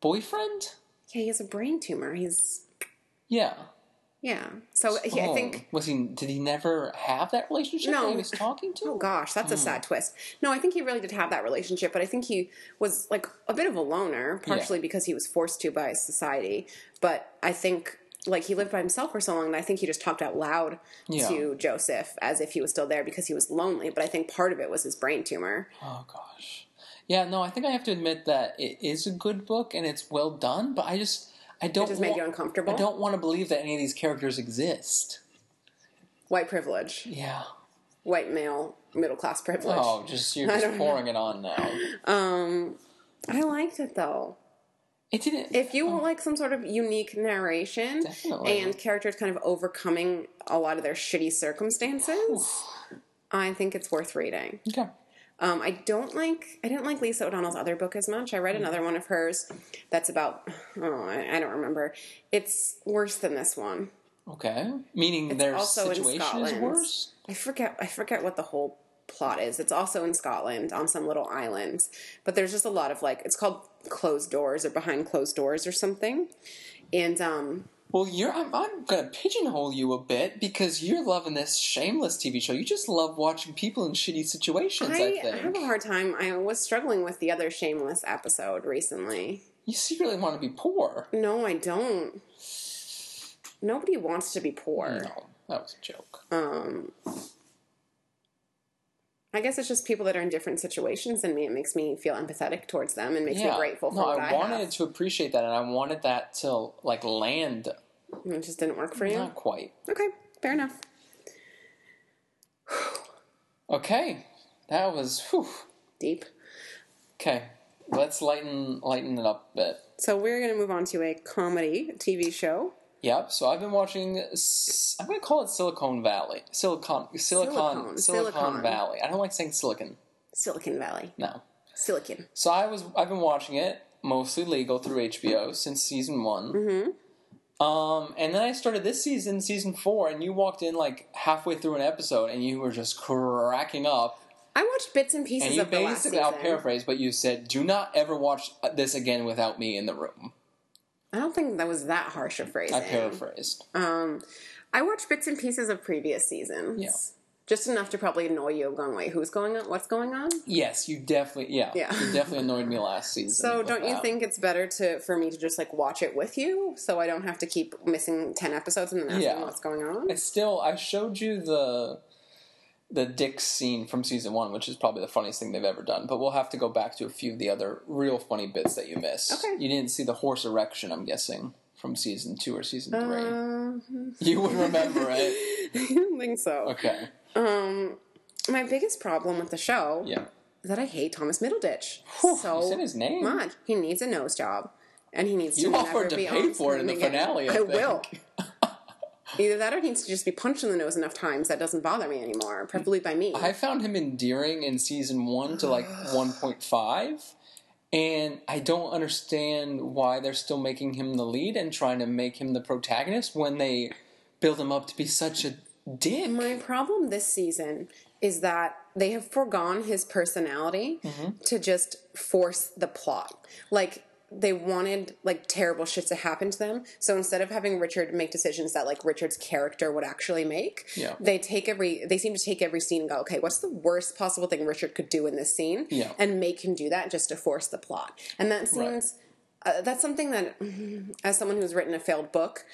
Speaker 1: boyfriend.
Speaker 2: Yeah, he has a brain tumor. He's
Speaker 1: Yeah.
Speaker 2: yeah. So he, I
Speaker 1: Oh,
Speaker 2: think
Speaker 1: was he? Did he never have that relationship
Speaker 2: No.
Speaker 1: that he was talking to?
Speaker 2: Oh gosh, that's a
Speaker 1: Hmm.
Speaker 2: sad twist. No, I think he really did have that relationship, but I think he was like a bit of a loner, partially because he was forced to by society. But I think like he lived by himself for so long, and I think he just talked out loud
Speaker 1: Yeah.
Speaker 2: to Joseph as if he was still there because he was lonely. But I think part of it was his brain tumor.
Speaker 1: Oh gosh. Yeah, no, I think I have to admit that it is a good book and it's well done, but I just I don't
Speaker 2: just made
Speaker 1: wa-
Speaker 2: you uncomfortable?
Speaker 1: I don't want to believe that any of these characters exist.
Speaker 2: White privilege,
Speaker 1: Yeah.
Speaker 2: white male, middle class privilege.
Speaker 1: Oh, just you're
Speaker 2: don't
Speaker 1: just
Speaker 2: know.
Speaker 1: pouring it on now.
Speaker 2: Um, I liked it though.
Speaker 1: It didn't
Speaker 2: If you want like some sort of unique narration
Speaker 1: Definitely.
Speaker 2: and characters kind of overcoming a lot of their shitty circumstances, I think it's worth reading.
Speaker 1: Okay.
Speaker 2: Um, I don't like I didn't like Lisa O'Donnell's other book as much. I read another one of hers that's about oh I, I don't remember. It's worse than this one.
Speaker 1: Okay. Meaning their
Speaker 2: also in
Speaker 1: situation is
Speaker 2: Scotland.
Speaker 1: worse?
Speaker 2: I forget I forget what the whole plot is. It's also in Scotland on some little island, but there's just a lot of like it's called closed doors or behind closed doors or something, and um.
Speaker 1: Well, you're. I'm, I'm gonna pigeonhole you a bit because you're loving this shameless TV show. You just love watching people in shitty situations. I,
Speaker 2: I, I
Speaker 1: think
Speaker 2: have a hard time. I was struggling with the other Shameless episode recently.
Speaker 1: you secretly want to be poor.
Speaker 2: No, I don't. Nobody wants to be poor.
Speaker 1: No, that was a joke.
Speaker 2: Um, I guess it's just people that are in different situations than me. It makes me feel empathetic towards them and makes me grateful for
Speaker 1: no,
Speaker 2: what I,
Speaker 1: I wanted
Speaker 2: have.
Speaker 1: to appreciate that, and I wanted that to like land.
Speaker 2: And It just didn't work for you.
Speaker 1: Not quite.
Speaker 2: Okay, fair enough.
Speaker 1: Okay, that was. Whew.
Speaker 2: Deep.
Speaker 1: Okay, let's lighten lighten it up a bit.
Speaker 2: So we're going to move on to a comedy TV show.
Speaker 1: Yep. So I've been watching. s- I'm gonna call it Silicon Valley. Silicon. Silicon.
Speaker 2: Silicon,
Speaker 1: Silicon,
Speaker 2: silicon.
Speaker 1: Valley. I don't like saying silicon.
Speaker 2: Silicon Valley.
Speaker 1: No.
Speaker 2: Silicon.
Speaker 1: So I was. I've been watching it mostly legal through HBO since season one. Mm-hmm. Um, and then I started this season, season four, and you walked in like halfway through an episode, and you were just cracking up.
Speaker 2: I watched bits and pieces
Speaker 1: And you
Speaker 2: of the last
Speaker 1: basically, I'll
Speaker 2: season.
Speaker 1: paraphrase, but you said, "Do not ever watch uh, this again without me in the room."
Speaker 2: I don't think that was that harsh a phrasing.
Speaker 1: I paraphrased.
Speaker 2: Um, I watched bits and pieces of previous seasons.
Speaker 1: Yeah.
Speaker 2: Just enough to probably annoy you. Going, wait, who's going on? What's going on?
Speaker 1: Yes, you definitely, yeah,
Speaker 2: Yeah.
Speaker 1: you definitely annoyed me last season.
Speaker 2: So,
Speaker 1: with
Speaker 2: don't you
Speaker 1: that.
Speaker 2: think it's better to for me to just like watch it with you, so I don't have to keep missing ten episodes and then asking
Speaker 1: Yeah.
Speaker 2: what's going on?
Speaker 1: It's still, I showed you the the Dick scene from season one, which is probably the funniest thing they've ever done. But we'll have to go back to a few of the other real funny bits that you missed.
Speaker 2: Okay.
Speaker 1: You didn't see the horse erection, I'm guessing, from season two or season three.
Speaker 2: Um,
Speaker 1: you would remember it.
Speaker 2: I don't think so.
Speaker 1: Okay.
Speaker 2: Um, my biggest problem with the show
Speaker 1: Yeah.
Speaker 2: is that I hate Thomas Middleditch
Speaker 1: you
Speaker 2: so
Speaker 1: said his name.
Speaker 2: much. He needs a nose job, and he needs
Speaker 1: You
Speaker 2: to
Speaker 1: offered
Speaker 2: never
Speaker 1: to
Speaker 2: be
Speaker 1: pay
Speaker 2: on
Speaker 1: for it in the
Speaker 2: screen again.
Speaker 1: finale. I,
Speaker 2: I,
Speaker 1: think.
Speaker 2: will. Either that, or he needs to just be punched in the nose enough times that doesn't bother me anymore, preferably by me.
Speaker 1: I found him endearing in season one to like 1.5, and I don't understand why they're still making him the lead and trying to make him the protagonist when they build him up to be such a dick.
Speaker 2: My problem this season is that they have foregone his personality
Speaker 1: Mm-hmm.
Speaker 2: to just force the plot. Like they wanted like terrible shit to happen to them. So instead of having Richard make decisions that like Richard's character would actually make,
Speaker 1: Yeah.
Speaker 2: they take every they seem to take every scene and go, okay, what's the worst possible thing Richard could do in this scene?
Speaker 1: Yeah.
Speaker 2: And make him do that just to force the plot. And that seems uh, that's something that as someone who's written a failed book,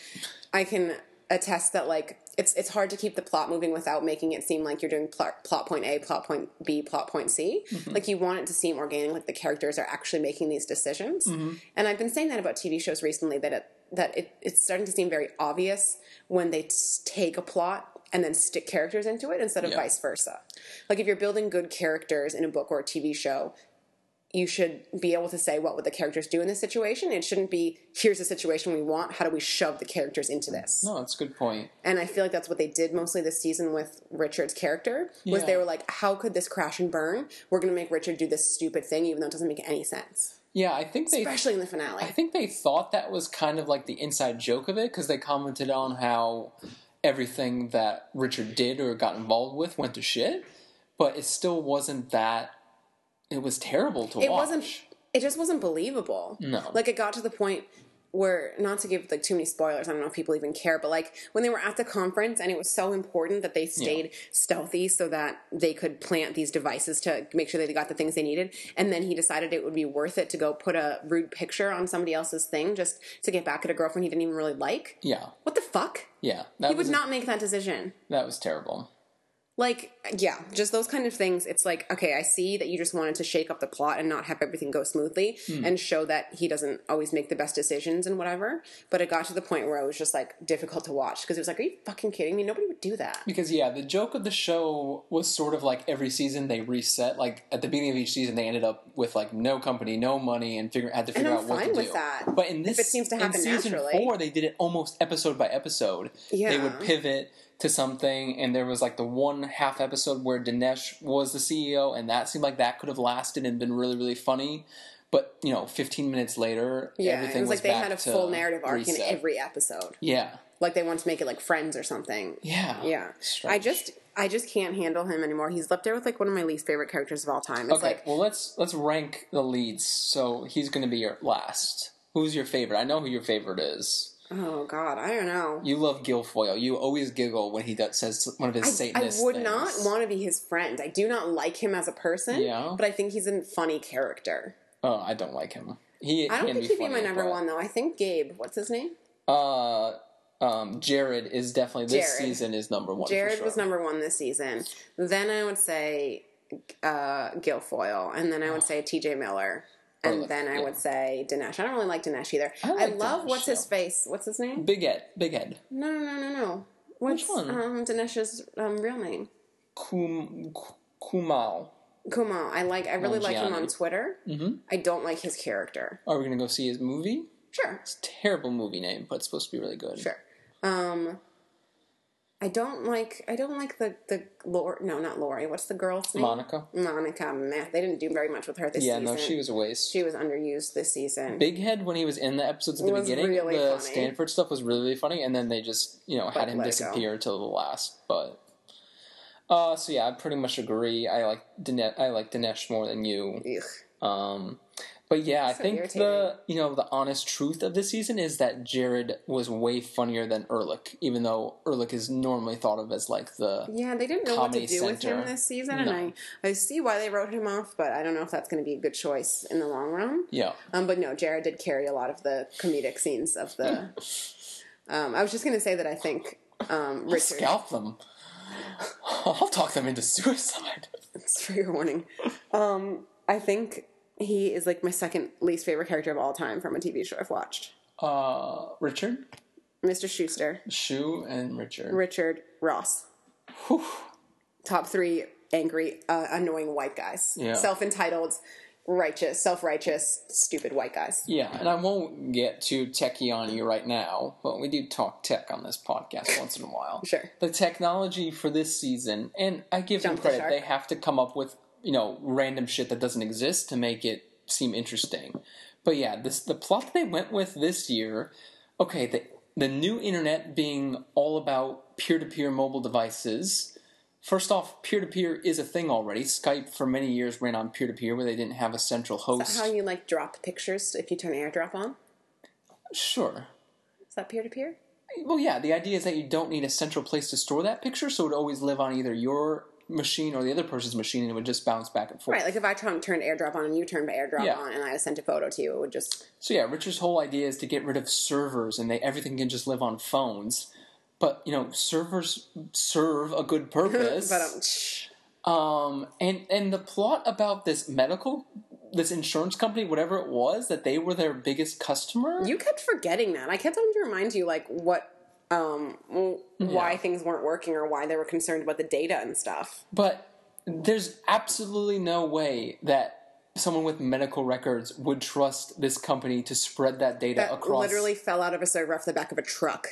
Speaker 2: I can attest that like it's it's hard to keep the plot moving without making it seem like you're doing plot, plot point A, plot point B, plot point C. Like you want it to seem organic, like the characters are actually making these decisions. And I've been saying that about TV shows recently that it that it, it's starting to seem very obvious when they t- take a plot and then stick characters into it instead of
Speaker 1: Yeah.
Speaker 2: vice versa. Like if you're building good characters in a book or a TV show, you should be able to say what would the characters do in this situation. It shouldn't be here's the situation we want. How do we shove the characters into this?
Speaker 1: No, Oh, that's a good point.
Speaker 2: And I feel like that's what they did mostly this season with Richard's character was
Speaker 1: Yeah.
Speaker 2: they were like, how could this crash and burn? We're going to make Richard do this stupid thing, even though it doesn't make any sense,
Speaker 1: Yeah, I think they
Speaker 2: especially in the
Speaker 1: I
Speaker 2: finale.
Speaker 1: think they thought that was kind of like the inside joke of it because they commented on how everything that Richard did or got involved with went to shit, but it still wasn't that. It was terrible to
Speaker 2: it
Speaker 1: watch.
Speaker 2: wasn't it just wasn't believable
Speaker 1: No.
Speaker 2: like it got to the point where not to give like too many spoilers i don't know if people even care but like when they were at the conference and it was so important that they stayed stealthy so that they could plant these devices to make sure that they got the things they needed and then he decided it would be worth it to go put a rude picture on somebody else's thing just to get back at a girlfriend he didn't even really like
Speaker 1: Yeah,
Speaker 2: what the fuck
Speaker 1: yeah. That
Speaker 2: he would
Speaker 1: was
Speaker 2: not make that decision
Speaker 1: that was terrible.
Speaker 2: like yeah just those kind of things it's like okay i see that you just wanted to shake up the plot and not have everything go smoothly
Speaker 1: Hmm.
Speaker 2: and show that he doesn't always make the best decisions and whatever but it got to the point where it was just like difficult to watch because it was like are you fucking kidding me nobody would do that
Speaker 1: Because yeah, the joke of the show was sort of like every season they reset. Like at the beginning of each season, they ended up with like no company, no money, and figure had to figure
Speaker 2: I'm
Speaker 1: out what
Speaker 2: fine
Speaker 1: to
Speaker 2: with
Speaker 1: do.
Speaker 2: that,
Speaker 1: But in this,
Speaker 2: it seems to happen
Speaker 1: in season
Speaker 2: naturally.
Speaker 1: four, they did it almost episode by episode. they
Speaker 2: Yeah.
Speaker 1: would pivot to something, and there was like the one half episode where Dinesh was the CEO, and that seemed like that could have lasted and been really really funny. But you know, fifteen minutes later,
Speaker 2: yeah
Speaker 1: everything
Speaker 2: it was like they
Speaker 1: back
Speaker 2: had a
Speaker 1: to
Speaker 2: full narrative arc in
Speaker 1: reset.
Speaker 2: every episode
Speaker 1: Yeah,
Speaker 2: like they wanted to make it like friends or something
Speaker 1: yeah,
Speaker 2: yeah i
Speaker 1: Strange.
Speaker 2: just i just can't handle him anymore he's up there with like one of my least favorite characters of all time it's
Speaker 1: Okay,
Speaker 2: like
Speaker 1: well let's let's rank the leads. So he's going to be your last. Who's your favorite? I know who your favorite is.
Speaker 2: oh god i don't know
Speaker 1: You love Guilfoyle. You always giggle when he does, says one of his
Speaker 2: I
Speaker 1: Satanist
Speaker 2: would
Speaker 1: things.
Speaker 2: not want to be his friend. I do not like him as a person,
Speaker 1: Yeah.
Speaker 2: but I think he's a funny character.
Speaker 1: Oh, I don't like him. He
Speaker 2: I don't
Speaker 1: can
Speaker 2: think
Speaker 1: be
Speaker 2: he'd be my
Speaker 1: funny,
Speaker 2: number
Speaker 1: but,
Speaker 2: one though. I think Gabe, what's his name?
Speaker 1: Uh, um, Jared is definitely this
Speaker 2: Jared.
Speaker 1: season is number one. for
Speaker 2: Jared
Speaker 1: sure.
Speaker 2: was number one this season. Then I would say uh, Guilfoyle, and then I would say T.J. Miller, and
Speaker 1: Or,
Speaker 2: then I
Speaker 1: yeah.
Speaker 2: would say Dinesh. I don't really like Dinesh either. I,
Speaker 1: like
Speaker 2: love
Speaker 1: Dinesh,
Speaker 2: what's his
Speaker 1: though.
Speaker 2: face. What's his name?
Speaker 1: Big Ed. Big Ed.
Speaker 2: No, no, no, no, no. What's
Speaker 1: one?
Speaker 2: Um, Dinesh's um, real name?
Speaker 1: Kum Kumal.
Speaker 2: Kumal. I like. I really like him
Speaker 1: Nanjiani.
Speaker 2: on Twitter. Mm-hmm. I don't like his character.
Speaker 1: Are we gonna go see his movie?
Speaker 2: Sure.
Speaker 1: It's a terrible movie name, but it's supposed to be really good.
Speaker 2: Sure. Um, I don't like I don't like the the Lori. No, not Lori. What's the girl's name?
Speaker 1: Monica.
Speaker 2: Monica. Meh. They didn't do very much with her this
Speaker 1: Yeah,
Speaker 2: season.
Speaker 1: no, she was a waste.
Speaker 2: she was underused this season.
Speaker 1: Big Head when he was in the episodes at the
Speaker 2: Was
Speaker 1: beginning,
Speaker 2: really
Speaker 1: the
Speaker 2: funny.
Speaker 1: Stanford stuff was really, really funny, and then they just you know had him
Speaker 2: let it go.
Speaker 1: disappear till the last. But uh, so yeah, I pretty much agree. I like Dinesh, I like Dinesh more than you.
Speaker 2: Ugh.
Speaker 1: Um, but yeah, I think the
Speaker 2: irritating.
Speaker 1: you know the honest truth of this season is that Jared was way funnier than Ehrlich, even though Ehrlich is normally thought of as like the
Speaker 2: Yeah, they didn't know what to
Speaker 1: Comedy
Speaker 2: do with
Speaker 1: Center.
Speaker 2: him this season,
Speaker 1: No.
Speaker 2: and I I see why they wrote him off, but I don't know if that's going to be a good choice in the long run.
Speaker 1: yeah
Speaker 2: Um, but no, Jared did carry a lot of the comedic scenes of the. um, I was just going to say that I think um, Richard.
Speaker 1: scalp them. I'll talk them into suicide.
Speaker 2: trigger warning. Um, I think he is like my second least favorite character of all time from a TV show I've watched.
Speaker 1: Uh, Richard,
Speaker 2: Mr. Schuster,
Speaker 1: Shu, and Richard.
Speaker 2: Richard Ross. Top three angry, uh, annoying white guys.
Speaker 1: Yeah.
Speaker 2: Self entitled, righteous, self righteous, stupid white guys.
Speaker 1: Yeah, and I won't get too techy on you right now, but we do talk tech on this podcast once in a while.
Speaker 2: Sure.
Speaker 1: The technology for this season, and I give them
Speaker 2: Jump the
Speaker 1: credit,
Speaker 2: shark.
Speaker 1: they have to come up with, you know, random shit that doesn't exist to make it seem interesting. But yeah, this the plot that they went with this year, okay, the the new internet being all about peer-to-peer mobile devices. First off, peer-to-peer is a thing already. Skype for many years ran on peer-to-peer where they didn't have a central host.
Speaker 2: How you like drop pictures if you turn airdrop on?
Speaker 1: sure.
Speaker 2: Is that peer to peer?
Speaker 1: Well, yeah, the idea is that you don't need a central place to store that picture, so it would always live on either your machine or the other person's machine, and it would just bounce back and forth.
Speaker 2: Right, like if I turned turned airdrop on and you turned airdrop
Speaker 1: Yeah.
Speaker 2: on and I sent a photo to you, it would just
Speaker 1: So yeah, Richard's whole idea is to get rid of servers, and they everything can just live on phones. But you know, servers serve a good purpose.
Speaker 2: but um,
Speaker 1: Um, and and the plot about this medical, this insurance company, whatever it was, that they were their biggest customer.
Speaker 2: You kept forgetting that. I kept having to remind you, like, what, um, w- why things weren't working or why they were concerned about the data and stuff.
Speaker 1: But there's absolutely no way that someone with medical records would trust this company to spread that data
Speaker 2: That
Speaker 1: across.
Speaker 2: literally fell out of a server off the back of a truck.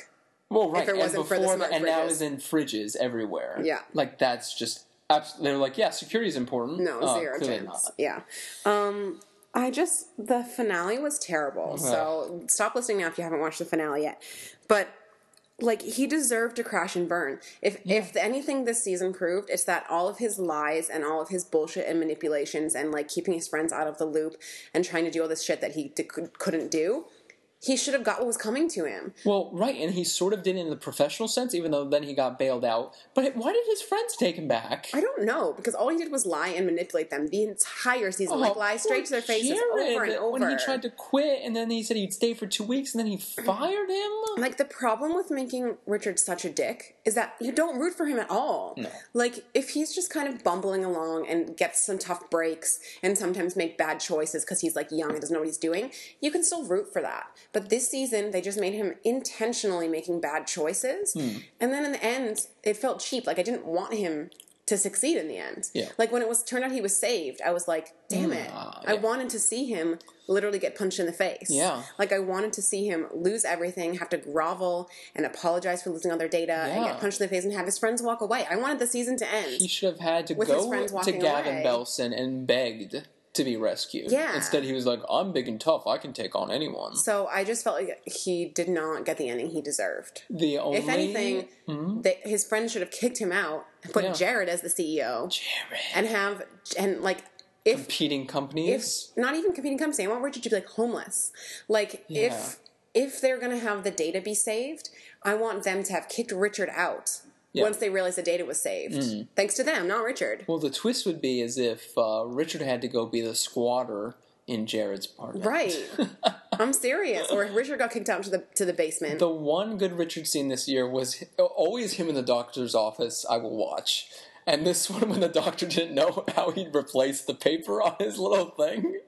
Speaker 1: well, right.
Speaker 2: it wasn't
Speaker 1: and
Speaker 2: for the
Speaker 1: before,
Speaker 2: smart
Speaker 1: and now
Speaker 2: fridges.
Speaker 1: is in fridges everywhere.
Speaker 2: Yeah.
Speaker 1: like that's just. Abs- they're like, yeah, security is important.
Speaker 2: No,
Speaker 1: Uh,
Speaker 2: zero
Speaker 1: clearly
Speaker 2: chance.
Speaker 1: not.
Speaker 2: Yeah. Um, I just the finale was terrible. So stop listening now if you haven't watched the finale yet. But like he deserved to crash and burn. If if anything this season proved, it's that all of his lies and all of his bullshit and manipulations and like keeping his friends out of the loop and trying to do all this shit that he d- couldn't do, he should have got what was coming to him.
Speaker 1: Well, right, and he sort of did it in the professional sense, even though then he got bailed out. But it- why did his friends take him back?
Speaker 2: I don't know because all he did was lie and manipulate them the entire season, like lie straight to their faces over and over.
Speaker 1: Oh, When he tried to quit, and then he said he'd stay for two weeks, and then he fired him.
Speaker 2: like the problem with making Richard such a dick is that you don't root for him at all. Like if he's just kind of bumbling along and gets some tough breaks and sometimes make bad choices because he's like young and doesn't know what he's doing, you can still root for that. But this season they just made him intentionally making bad choices,
Speaker 1: Hmm.
Speaker 2: and then in the end it felt cheap. Like I didn't want him to succeed in the end.
Speaker 1: Yeah.
Speaker 2: Like when it was turned out he was saved, I was like, damn it.
Speaker 1: Ah,
Speaker 2: I
Speaker 1: yeah.
Speaker 2: wanted to see him literally get punched in the face.
Speaker 1: Yeah.
Speaker 2: Like I wanted to see him lose everything, have to grovel and apologize for losing all their data and
Speaker 1: Yeah.
Speaker 2: get punched in the face and have his friends walk away. I wanted the season to end.
Speaker 1: He should have had to
Speaker 2: With his
Speaker 1: go
Speaker 2: friends
Speaker 1: to
Speaker 2: walking
Speaker 1: Gavin
Speaker 2: away.
Speaker 1: Belson and begged to be rescued.
Speaker 2: Yeah.
Speaker 1: Instead, he was like, "I'm big and tough. I can take on anyone."
Speaker 2: so I just felt like he did not get the ending he deserved.
Speaker 1: The only
Speaker 2: If anything, they, his friends should have kicked him out,
Speaker 1: Mm-hmm.
Speaker 2: put
Speaker 1: Yeah.
Speaker 2: Jared as the CEO,
Speaker 1: Jared.
Speaker 2: and have and like if
Speaker 1: competing companies.
Speaker 2: if not even competing companies, I want Richard to be like homeless. Like
Speaker 1: Yeah.
Speaker 2: if if they're gonna have the data be saved, I want them to have kicked Richard out once they realized the data was saved.
Speaker 1: Mm-hmm.
Speaker 2: Thanks to them, not Richard.
Speaker 1: well, the twist would be as if uh, Richard had to go be the squatter in Jared's apartment.
Speaker 2: Right. I'm serious. Or if Richard got kicked out to the to the basement.
Speaker 1: The one good Richard scene this year was always him in the doctor's office. I will watch. And this one, when the doctor didn't know how he'd replace the paper on his little thing,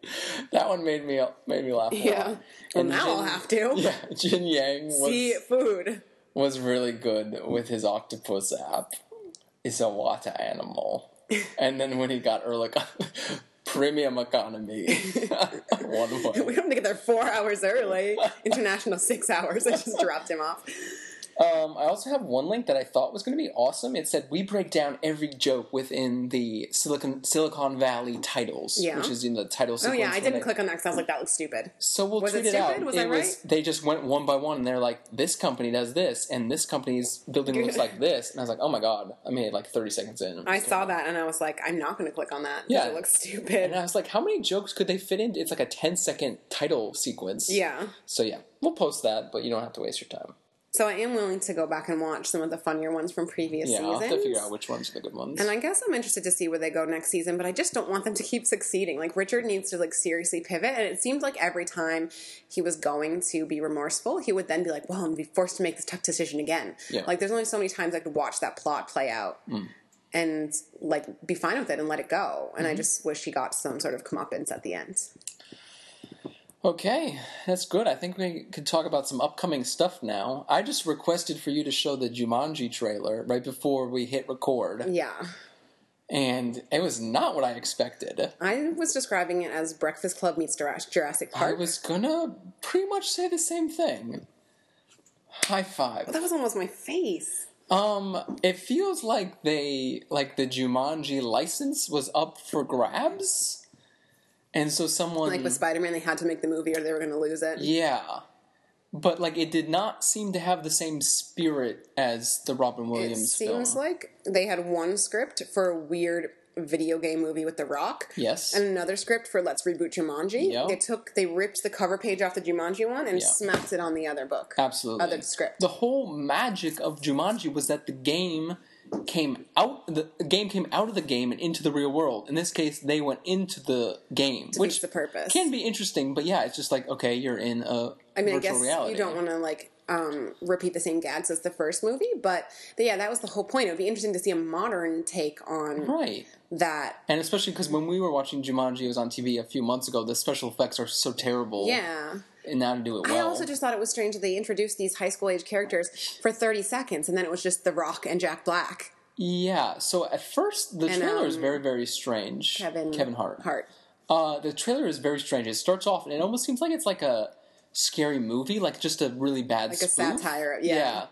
Speaker 1: that one made me made me laugh. a lot.
Speaker 2: yeah. Well
Speaker 1: And
Speaker 2: now I'll
Speaker 1: Jin-
Speaker 2: have to.
Speaker 1: Yeah, Jin Yang was
Speaker 2: Eat food.
Speaker 1: was really good with his octopus app. Is a water animal. And then when he got Ehrlich premium economy one
Speaker 2: We
Speaker 1: way.
Speaker 2: don't have to get there four hours early. International six hours. I just dropped him off.
Speaker 1: Um, I also have one link that I thought was going to be awesome. It said we break down every joke within the Silicon Silicon Valley titles,
Speaker 2: Yeah.
Speaker 1: which is in the title
Speaker 2: Oh
Speaker 1: sequence.
Speaker 2: yeah, I
Speaker 1: when
Speaker 2: didn't
Speaker 1: they-
Speaker 2: click on that because I was like, that looks stupid.
Speaker 1: So we'll
Speaker 2: Was it
Speaker 1: tweet it, out.
Speaker 2: stupid? Was
Speaker 1: it
Speaker 2: I
Speaker 1: They just went one by one, and they're like, "This company does this, and this company's building looks like this." And I was like, "Oh my god!" I made it like thirty seconds in.
Speaker 2: I saw that and I was like, I'm not gonna click on that. 'cause
Speaker 1: Yeah.
Speaker 2: It looks stupid.
Speaker 1: And I was like, how many jokes could they fit into? It's like a 10 second title sequence.
Speaker 2: Yeah.
Speaker 1: So yeah, we'll post that, but you don't have to waste your time.
Speaker 2: So I am willing to go back and watch some of the funnier ones from previous
Speaker 1: Yeah, I'll
Speaker 2: seasons.
Speaker 1: have to figure out which ones are the good ones.
Speaker 2: and I guess I'm interested to see where they go next season, but I just don't want them to keep succeeding. Like Richard needs to like seriously pivot, and it seemed like every time he was going to be remorseful, he would then be like, "Well, I'm gonna be forced to make this tough decision again."
Speaker 1: Yeah.
Speaker 2: Like there's only so many times I could watch that plot play out and like be fine with it and let it go. And I just wish he got some sort of comeuppance at the end.
Speaker 1: okay, that's good. I think we could talk about some upcoming stuff now. I just requested for you to show the Jumanji trailer right before we hit record,
Speaker 2: Yeah.
Speaker 1: and it was not what I expected.
Speaker 2: I was describing it as Breakfast Club meets Jurass- Jurassic
Speaker 1: I
Speaker 2: Park.
Speaker 1: was gonna pretty much say the same thing. High five.
Speaker 2: that was almost my face.
Speaker 1: Um, it feels like they like the Jumanji license was up for grabs, and so someone
Speaker 2: Like with Spider Man, they had to make the movie or they were going to lose it.
Speaker 1: yeah, but like it did not seem to have the same spirit as the Robin
Speaker 2: It
Speaker 1: Williams film.
Speaker 2: seems like they had one script for a weird video game movie with The Rock.
Speaker 1: yes,
Speaker 2: And another script for Let's Reboot Jumanji.
Speaker 1: Yeah.
Speaker 2: They took, they ripped the cover page off the Jumanji one and
Speaker 1: Yeah.
Speaker 2: smacked it on the other book.
Speaker 1: absolutely.
Speaker 2: Other script.
Speaker 1: The whole magic of Jumanji was that the game came out the game came out of the game and into the real world. In this case, they went into the game,
Speaker 2: Which
Speaker 1: which
Speaker 2: the purpose.
Speaker 1: can be interesting. But yeah, it's just like okay, you're in a
Speaker 2: I mean,
Speaker 1: virtual
Speaker 2: I guess
Speaker 1: reality.
Speaker 2: you don't want to like um, repeat the same gags as the first movie, but, but yeah, that was the whole point. It would be interesting to see a modern take on
Speaker 1: Right.
Speaker 2: that
Speaker 1: And especially because when we were watching Jumanji, it was on TV a few months ago. The special effects are so terrible.
Speaker 2: Yeah.
Speaker 1: And now to do it
Speaker 2: I
Speaker 1: well.
Speaker 2: also just thought it was strange that they introduced these high school age characters for 30 seconds and then it was just The Rock and Jack Black,
Speaker 1: yeah. So at first, the
Speaker 2: And,
Speaker 1: trailer is
Speaker 2: um,
Speaker 1: very, very strange.
Speaker 2: Kevin,
Speaker 1: Kevin Hart.
Speaker 2: Hart.
Speaker 1: Uh, the trailer is very strange. It starts off and it almost seems like it's like a scary movie, like just a really bad
Speaker 2: Like a satire, yeah.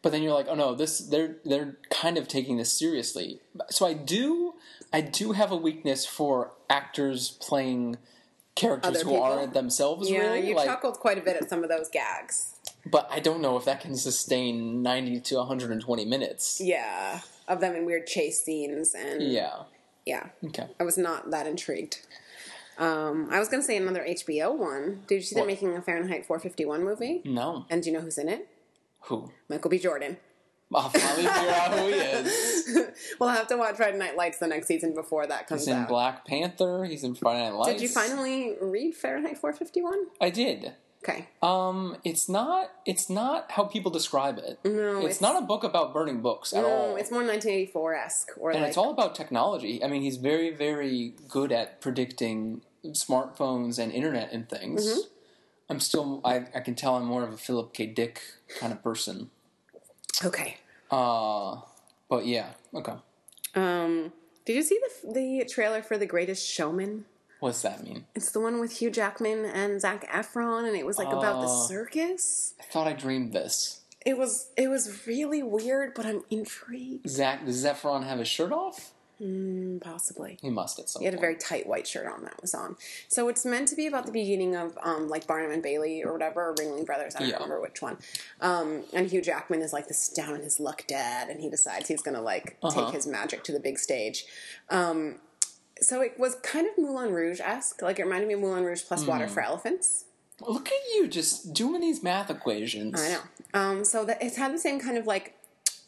Speaker 1: But then you're like, oh no, this they're they're kind of taking this seriously. So I do I do have a weakness for actors playing characters
Speaker 2: Other
Speaker 1: who
Speaker 2: people?
Speaker 1: aren't themselves
Speaker 2: Yeah,
Speaker 1: really
Speaker 2: you
Speaker 1: like
Speaker 2: chuckled quite a bit at some of those gags.
Speaker 1: But I don't know if that can sustain 90 to 120 minutes.
Speaker 2: Yeah, of them in weird chase scenes and
Speaker 1: Yeah.
Speaker 2: yeah.
Speaker 1: Okay.
Speaker 2: I was not that intrigued. Um, I was going to say another HBO one. Did you see
Speaker 1: What?
Speaker 2: they're making a Fahrenheit 451 movie?
Speaker 1: No.
Speaker 2: And do you know who's in it?
Speaker 1: Who?
Speaker 2: Michael B. Jordan.
Speaker 1: I'll finally figure out who he is.
Speaker 2: we'll have to watch Friday Night Lights the next season before that comes
Speaker 1: He's in
Speaker 2: out.
Speaker 1: Black Panther. He's in Friday Night Lights.
Speaker 2: Did you finally read Fahrenheit 451?
Speaker 1: I did.
Speaker 2: Okay.
Speaker 1: Um, it's not. It's not how people describe it.
Speaker 2: No,
Speaker 1: it's,
Speaker 2: it's-
Speaker 1: not a book about burning books at
Speaker 2: No,
Speaker 1: all.
Speaker 2: Mm, it's more 1984 esque or
Speaker 1: and
Speaker 2: like
Speaker 1: it's all about technology. I mean, he's very, very good at predicting smartphones and internet and things.
Speaker 2: Mm-hmm.
Speaker 1: I'm still. I, I can tell I'm more of a Philip K. Dick kind of person.
Speaker 2: okay.
Speaker 1: Uh, but yeah. Okay.
Speaker 2: Um, did you see the the trailer for The Greatest Showman?
Speaker 1: What's that mean?
Speaker 2: It's the one with Hugh Jackman and Zach Efron, and it was like about the
Speaker 1: Oh.
Speaker 2: circus.
Speaker 1: I thought I dreamed this.
Speaker 2: It was it was really weird, but I'm intrigued.
Speaker 1: Zach, does Zephron have his shirt off?
Speaker 2: Mm, possibly.
Speaker 1: He must at some
Speaker 2: He had a
Speaker 1: point.
Speaker 2: very tight white shirt on that was on. So it's meant to be about the beginning of um, like Barnum and Bailey or whatever, or Ringling Brothers. I don't
Speaker 1: Yeah.
Speaker 2: remember which one. Um, and Hugh Jackman is like this down in his luck dad, and he decides he's going to like
Speaker 1: Uh-huh.
Speaker 2: take his magic to the big stage. Um, so it was kind of Moulin Rouge esque. Like it reminded me of Moulin Rouge
Speaker 1: Mm.
Speaker 2: plus Water for Elephants.
Speaker 1: Look at you just doing these math equations.
Speaker 2: I know. Um, so that it's had the same kind of like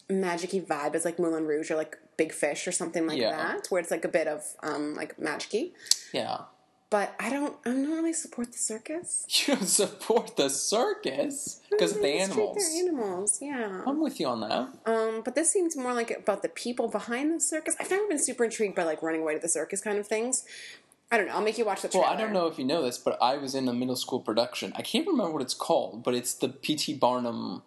Speaker 2: magicy vibe as like Moulin Rouge or like Big Fish or something like
Speaker 1: Yeah.
Speaker 2: that, where it's like a bit of um, like magicy.
Speaker 1: Yeah.
Speaker 2: But I don't. I don't really support the circus
Speaker 1: You don't support the circus because of the
Speaker 2: They just treat
Speaker 1: animals.
Speaker 2: Their animals, yeah.
Speaker 1: I'm with you on that.
Speaker 2: Um, but this seems more like about the people behind the circus. I've never been super intrigued by like running away to the circus kind of things. I don't know. I'll make you watch the trailer.
Speaker 1: Well, I don't know if you know this, but I was in a middle school production. I can't remember what it's called, but it's the P.T. Barnum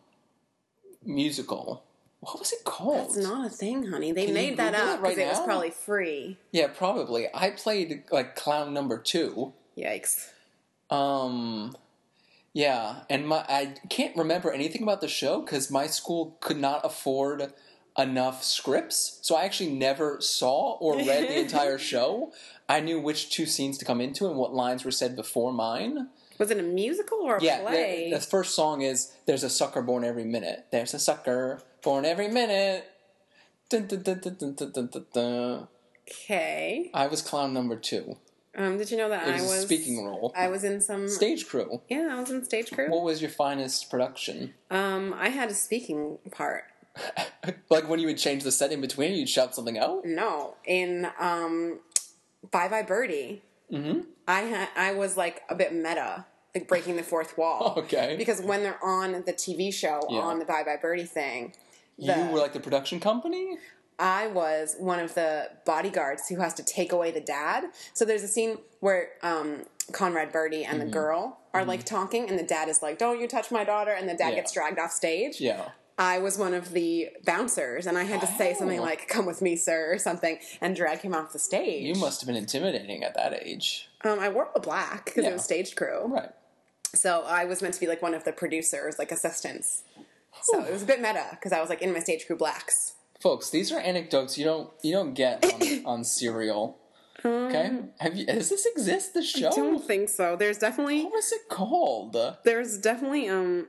Speaker 1: musical. What was it called?
Speaker 2: It's not a thing, honey. They
Speaker 1: you
Speaker 2: made that
Speaker 1: Google it
Speaker 2: up because
Speaker 1: right
Speaker 2: it was
Speaker 1: now?
Speaker 2: probably free.
Speaker 1: yeah, probably. I played like clown number two.
Speaker 2: Yikes.
Speaker 1: Um, yeah, and my I can't remember anything about the show because my school could not afford enough scripts, so I actually never saw or read the entire show. I knew which two scenes to come into and what lines were said before mine.
Speaker 2: Was it a musical or a
Speaker 1: Yeah, the-
Speaker 2: play?
Speaker 1: The, first song is "There's a sucker born every minute." There's a sucker born every minute. Dun, dun, dun, dun, dun, dun, dun, dun, dun.
Speaker 2: okay.
Speaker 1: I was clown number two.
Speaker 2: Um, did you know that
Speaker 1: It
Speaker 2: I
Speaker 1: was,
Speaker 2: was
Speaker 1: a speaking role.
Speaker 2: I was in some.
Speaker 1: Stage crew.
Speaker 2: yeah, I was in stage crew.
Speaker 1: What was your finest production?
Speaker 2: um, I had a speaking part.
Speaker 1: like when you would change the set in between, you'd shout something out.
Speaker 2: No, in um, Bye Bye Birdie,
Speaker 1: Mm-hmm.
Speaker 2: I ha- I was like a bit meta, like breaking the fourth wall.
Speaker 1: Okay.
Speaker 2: Because when they're on the TV show
Speaker 1: Yeah.
Speaker 2: on the Bye Bye Birdie thing,
Speaker 1: You
Speaker 2: the-
Speaker 1: were like the production company.
Speaker 2: I was one of the bodyguards who has to take away the dad. So there's a scene where um, Conrad Birdie and
Speaker 1: Mm-hmm.
Speaker 2: the girl are like talking, and the dad is like, "Don't you touch my daughter," and the dad
Speaker 1: Yeah.
Speaker 2: gets dragged off stage.
Speaker 1: Yeah.
Speaker 2: I was one of the bouncers, and I had to say something
Speaker 1: Wow.
Speaker 2: like "Come with me, sir" or something, and drag him off the stage.
Speaker 1: You must have been intimidating at that age.
Speaker 2: Um, I wore all black because
Speaker 1: Yeah.
Speaker 2: it was stage crew.
Speaker 1: Right.
Speaker 2: So I was meant to be like one of the producers, like assistants. So it was a bit meta because I was like in my stage crew blacks.
Speaker 1: Folks, these are anecdotes you don't you don't get on, on serial. Okay? Have you does this exist the show?
Speaker 2: Hmm. Don't think so. There's definitely
Speaker 1: What was it called?
Speaker 2: there's definitely um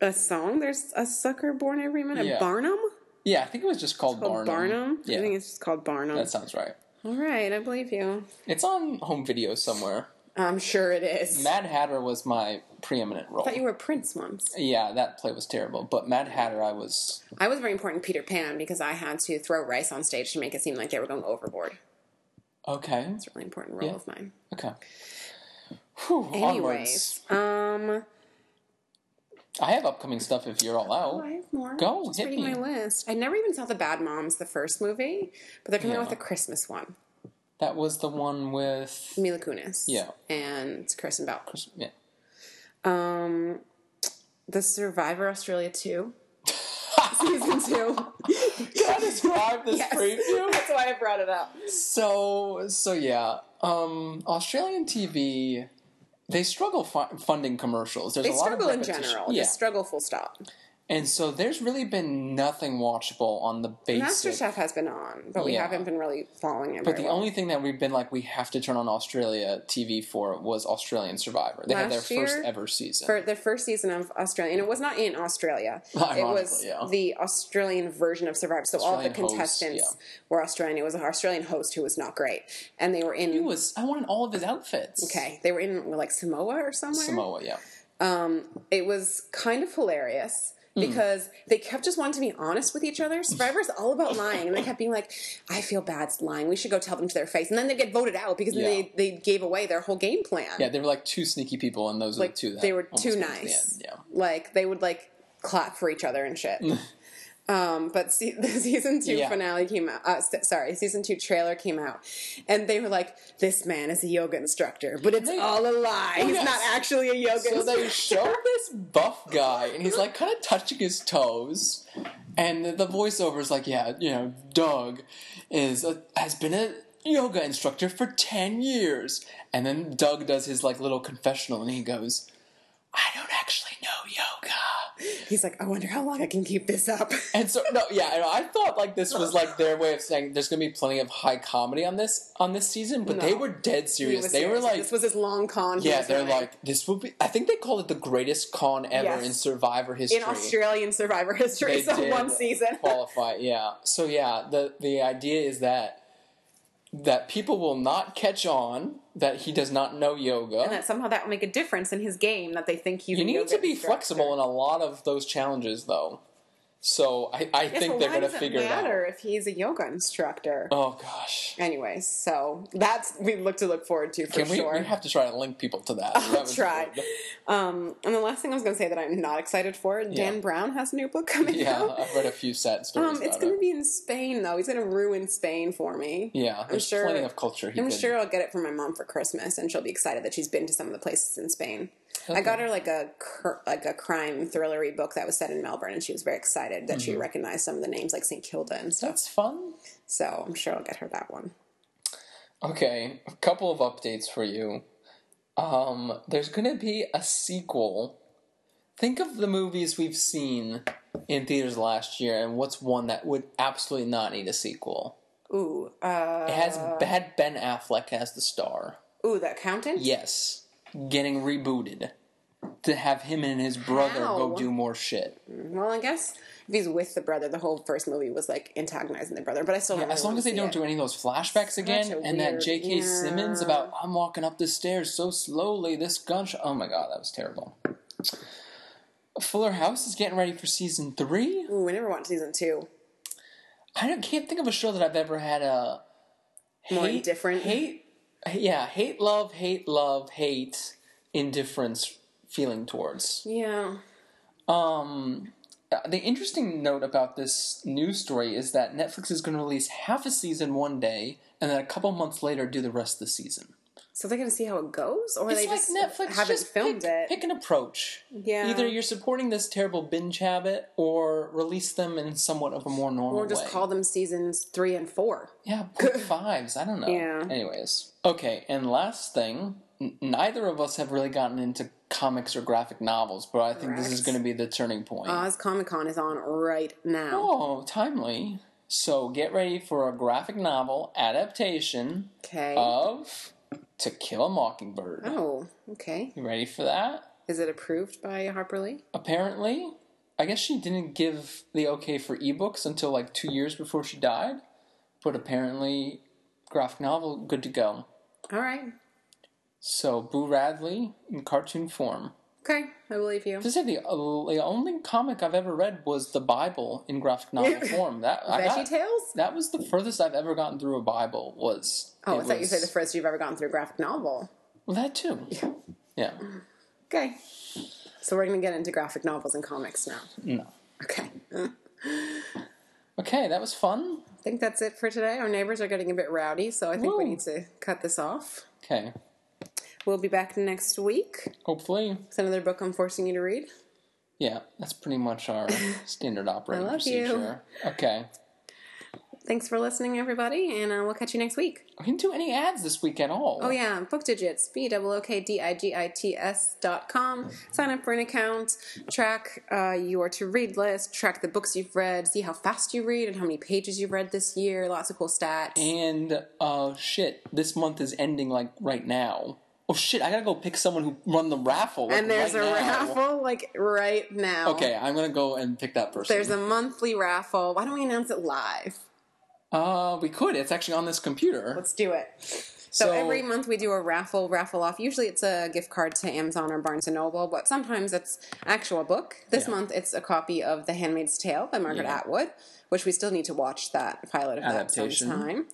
Speaker 2: a song. There's a sucker born every minute.
Speaker 1: Yeah.
Speaker 2: Barnum
Speaker 1: Yeah, I think it was just called,
Speaker 2: called Barnum.
Speaker 1: Yeah.
Speaker 2: I think it's just called Barnum.
Speaker 1: that sounds right.
Speaker 2: all right, I believe you.
Speaker 1: It's on home video somewhere.
Speaker 2: I'm sure it is.
Speaker 1: Mad Hatter was my preeminent role.
Speaker 2: I thought you were Prince once.
Speaker 1: yeah, that play was terrible, but Mad Hatter I was
Speaker 2: I was very important Peter Pan because I had to throw rice on stage to make it seem like they were going overboard.
Speaker 1: okay.
Speaker 2: It's a really important role
Speaker 1: Yeah.
Speaker 2: of mine.
Speaker 1: Okay. Whew, onwards.
Speaker 2: Anyways, um,
Speaker 1: I have upcoming stuff if you're all out.
Speaker 2: I have more.
Speaker 1: Go,
Speaker 2: just
Speaker 1: hit
Speaker 2: reading
Speaker 1: me.
Speaker 2: my list. I never even saw the Bad Moms, the first movie, but they're coming out
Speaker 1: Yeah.
Speaker 2: with a Christmas one.
Speaker 1: That was the one with
Speaker 2: Mila Kunis,
Speaker 1: Yeah.
Speaker 2: and Kristen Bell.
Speaker 1: yeah.
Speaker 2: Um, the Survivor Australia two, season two.
Speaker 1: Can I describe this
Speaker 2: Yes.
Speaker 1: preview?
Speaker 2: That's why I brought it up.
Speaker 1: So so yeah, um, Australian TV they struggle fu- funding commercials. There's
Speaker 2: They
Speaker 1: a lot
Speaker 2: struggle
Speaker 1: of
Speaker 2: in
Speaker 1: repetition.
Speaker 2: general.
Speaker 1: Yeah,
Speaker 2: Just struggle, full stop.
Speaker 1: And so there's really been nothing watchable on the basic.
Speaker 2: MasterChef has been on, but we
Speaker 1: Yeah.
Speaker 2: haven't been really following it.
Speaker 1: But
Speaker 2: very
Speaker 1: the
Speaker 2: well.
Speaker 1: only thing that we've been like, we have to turn on Australia TV for was Australian Survivor. They had their
Speaker 2: Last
Speaker 1: first
Speaker 2: year,
Speaker 1: ever season.
Speaker 2: for the first season of Australia, and it was not in Australia. it was
Speaker 1: Ironically, yeah.
Speaker 2: the Australian version of Survivor. So all
Speaker 1: Australian
Speaker 2: the
Speaker 1: host,
Speaker 2: contestants
Speaker 1: yeah.
Speaker 2: were Australian. It was an Australian host who was not great, and they were in
Speaker 1: It was I wanted all of his outfits.
Speaker 2: okay. They were in like Samoa or somewhere.
Speaker 1: Samoa, yeah.
Speaker 2: It was kind of hilarious.
Speaker 1: Mm-hmm.
Speaker 2: Because they kept just wanting to be honest with each other. Survivor's all about lying. And they kept being like, I feel bad lying. We should go tell them to their face. And then they get voted out because then
Speaker 1: Yeah.
Speaker 2: they, they gave away their whole game plan.
Speaker 1: Yeah, they were like two sneaky people, and those are
Speaker 2: like
Speaker 1: the two that
Speaker 2: they were
Speaker 1: almost
Speaker 2: too
Speaker 1: made it to the
Speaker 2: nice.
Speaker 1: end, Yeah.
Speaker 2: Like they would like clap for each other and shit. um, but see, the season two
Speaker 1: Yeah.
Speaker 2: finale came out. Uh, st- sorry, season two trailer came out, and they were like, "This man is a yoga instructor, but it's
Speaker 1: They-
Speaker 2: all a lie. He's
Speaker 1: yes.
Speaker 2: not actually a yoga
Speaker 1: So
Speaker 2: instructor."
Speaker 1: they show this buff guy, and he's like kind of touching his toes, and the, the voiceover is like, "Yeah, you know, Doug is a, has been a yoga instructor for ten years," and then Doug does his like little confessional, and he goes, "I don't actually know yoga."
Speaker 2: He's like, "I wonder how long I can keep this up."
Speaker 1: And so no, yeah, I, know, I thought like this was like their way of saying there's gonna be plenty of high comedy on this on this season, but they
Speaker 2: No.
Speaker 1: were dead
Speaker 2: He
Speaker 1: serious.
Speaker 2: was
Speaker 1: They
Speaker 2: serious.
Speaker 1: were like,
Speaker 2: "This was his long con." he
Speaker 1: yeah,
Speaker 2: was
Speaker 1: they're
Speaker 2: running.
Speaker 1: like this would be. I think they called it the greatest con ever
Speaker 2: Yes.
Speaker 1: in Survivor history.
Speaker 2: in Australian Survivor history,
Speaker 1: They
Speaker 2: so
Speaker 1: did
Speaker 2: one season.
Speaker 1: qualify. Yeah. So yeah, the the idea is that that people will not catch on that he does not know yoga.
Speaker 2: And that somehow that will make a difference in his game that they think he's.
Speaker 1: you
Speaker 2: a
Speaker 1: need
Speaker 2: yoga
Speaker 1: to be
Speaker 2: instructor.
Speaker 1: flexible in a lot of those challenges, though. So I, I
Speaker 2: Yes,
Speaker 1: think
Speaker 2: but
Speaker 1: they're
Speaker 2: why
Speaker 1: going to
Speaker 2: does
Speaker 1: figure
Speaker 2: it matter
Speaker 1: it out.
Speaker 2: if he's a yoga instructor?
Speaker 1: Oh gosh.
Speaker 2: Anyways, so that's we look to look forward to for
Speaker 1: Can we,
Speaker 2: sure.
Speaker 1: we have to try to link people to that. That
Speaker 2: I'll
Speaker 1: was
Speaker 2: try.
Speaker 1: good.
Speaker 2: Um, and the last thing I was going to say that I'm not excited for, Dan Brown has a new book coming
Speaker 1: Yeah,
Speaker 2: out.
Speaker 1: I've read a few sad stories
Speaker 2: Um, it's
Speaker 1: about
Speaker 2: going
Speaker 1: it.
Speaker 2: to be in Spain though. He's going to ruin Spain for me.
Speaker 1: yeah, there's
Speaker 2: sure-
Speaker 1: plenty of culture. He
Speaker 2: I'm
Speaker 1: could-
Speaker 2: sure I'll get it from my mom for Christmas, and she'll be excited that she's been to some of the places in Spain. I got her like a cr- like a crime thrillery book that was set in Melbourne, and she was very excited that
Speaker 1: Mm-hmm.
Speaker 2: she recognized some of the names like St Kilda and stuff.
Speaker 1: that's fun.
Speaker 2: So I'm sure I'll get her that one.
Speaker 1: Okay, a couple of updates for you. Um, there's gonna be a sequel. Think of the movies we've seen in theaters last year, and what's one that would absolutely not need a sequel?
Speaker 2: Ooh, uh,
Speaker 1: It has bad Ben Affleck as the star.
Speaker 2: ooh, that accountant.
Speaker 1: Yes, getting rebooted to have him and his brother
Speaker 2: How?
Speaker 1: go do more shit.
Speaker 2: Well, I guess if he's with the brother, the whole first movie was like antagonizing the brother. But I still yeah,
Speaker 1: As long as they don't do any of those flashbacks again,
Speaker 2: a
Speaker 1: and that
Speaker 2: weird-
Speaker 1: J.K.
Speaker 2: yeah.
Speaker 1: Simmons about I'm walking up the stairs so slowly, this gunshot. Oh my god, that was terrible. Fuller House is getting ready for season three.
Speaker 2: Ooh, we never watched season two.
Speaker 1: I don't, can't think of a show that I've ever had a
Speaker 2: More
Speaker 1: hate-
Speaker 2: indifferent.
Speaker 1: hate. Yeah, hate, love, hate, love, hate, indifference feeling towards.
Speaker 2: Yeah.
Speaker 1: Um, uh, the interesting note about this news story is that Netflix is going to release half a season one day, and then a couple months later do the rest of the season.
Speaker 2: So they're gonna see how it goes, or
Speaker 1: It's
Speaker 2: they
Speaker 1: like
Speaker 2: just
Speaker 1: Netflix
Speaker 2: haven't
Speaker 1: just
Speaker 2: filmed
Speaker 1: pick,
Speaker 2: it.
Speaker 1: Pick an approach.
Speaker 2: Yeah.
Speaker 1: Either you're supporting this terrible binge habit, or release them in somewhat of a more normal
Speaker 2: or just
Speaker 1: way.
Speaker 2: call them seasons three and four.
Speaker 1: yeah, point fives. I don't know.
Speaker 2: Yeah.
Speaker 1: Anyways, okay. And last thing, n- neither of us have really gotten into comics or graphic novels, but I think this is
Speaker 2: Correct. Uh,
Speaker 1: going to be the turning point.
Speaker 2: Oz Comic Con is on right now.
Speaker 1: Oh, timely. So get ready for a graphic novel adaptation
Speaker 2: Okay.
Speaker 1: Uh. of To Kill a Mockingbird.
Speaker 2: oh, okay.
Speaker 1: You ready for that?
Speaker 2: Is it approved by Harper Lee?
Speaker 1: Apparently, I guess she didn't give the okay for ebooks until like two years before she died, but apparently, graphic novel good to go.
Speaker 2: All right.
Speaker 1: So Boo Radley in cartoon form.
Speaker 2: Okay, I believe you.
Speaker 1: To say the, the only comic I've ever read was the Bible in graphic novel form. That I
Speaker 2: Veggie
Speaker 1: got,
Speaker 2: Tales?
Speaker 1: That was the furthest I've ever gotten through a Bible. Was
Speaker 2: Oh, I
Speaker 1: it
Speaker 2: thought you
Speaker 1: was-
Speaker 2: said the first you've ever gone through a graphic novel.
Speaker 1: well, that too. Yeah.
Speaker 2: Okay. So we're gonna get into graphic novels and comics now.
Speaker 1: No.
Speaker 2: Okay. Uh,
Speaker 1: Okay, that was fun.
Speaker 2: I think that's it for today. Our neighbors are getting a bit rowdy, so I think we
Speaker 1: Woo.
Speaker 2: need to cut this off.
Speaker 1: Okay.
Speaker 2: We'll be back next week
Speaker 1: Hopefully,
Speaker 2: with another book I'm forcing you to read.
Speaker 1: yeah. That's pretty much our standard operating
Speaker 2: love you.
Speaker 1: procedure. Okay.
Speaker 2: Thanks for listening, everybody, and uh, we'll catch you next week.
Speaker 1: We didn't do any ads this week at all.
Speaker 2: Oh yeah, Book Digits, B O O K D I G I T S dot com. Sign up for an account, track uh, your to read list, track the books you've read, see how fast you read and how many pages you've read this year. Lots of cool stats.
Speaker 1: And uh, shit, this month is ending like right now. Oh shit, I gotta go pick someone who run the raffle. like,
Speaker 2: and there's
Speaker 1: right
Speaker 2: a
Speaker 1: now.
Speaker 2: raffle like right now.
Speaker 1: Okay, I'm gonna go and pick that person.
Speaker 2: There's a monthly raffle. Why don't we announce it live?
Speaker 1: Uh, we could. It's actually on this computer.
Speaker 2: Let's do it. So,
Speaker 1: So-
Speaker 2: every month we do a raffle, raffle off. Usually it's a gift card to Amazon or Barnes and Noble, but sometimes it's actual book. This
Speaker 1: Yeah.
Speaker 2: month it's a copy of The Handmaid's Tale by Margaret
Speaker 1: Yeah.
Speaker 2: Atwood, which we still need to watch that pilot of
Speaker 1: Adaptation.
Speaker 2: that sometime.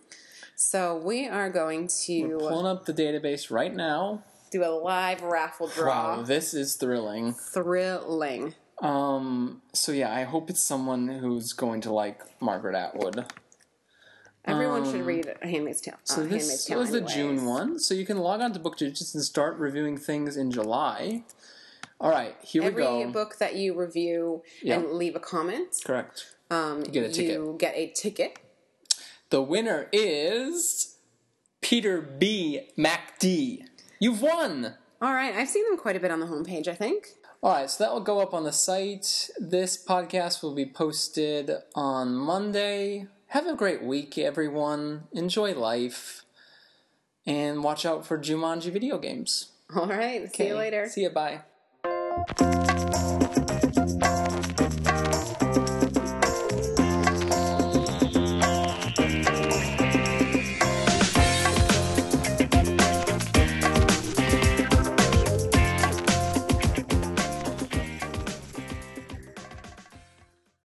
Speaker 2: So we are going to
Speaker 1: Pulling up the database right now.
Speaker 2: do a live raffle draw.
Speaker 1: Wow, this is thrilling.
Speaker 2: Thrilling.
Speaker 1: Um, so yeah, I hope it's someone who's going to like Margaret Atwood.
Speaker 2: Everyone should read Handmaid's Tale.
Speaker 1: Um, So this was the June one. So you can log on to BookDigits and start reviewing things in July. All right, here
Speaker 2: Every
Speaker 1: we go.
Speaker 2: book that you review
Speaker 1: Yeah.
Speaker 2: and leave a comment,
Speaker 1: Correct.
Speaker 2: um, you
Speaker 1: get a ticket.
Speaker 2: You get a ticket.
Speaker 1: The winner is Peter B. MacD. You've won.
Speaker 2: All right, I've seen them quite a bit on the homepage. I think.
Speaker 1: All right, so that will go up on the site. This podcast will be posted on Monday. Have a great week, everyone. Enjoy life. And watch out for Jumanji video games.
Speaker 2: All right, see
Speaker 1: Okay,
Speaker 2: you later.
Speaker 1: See you, bye.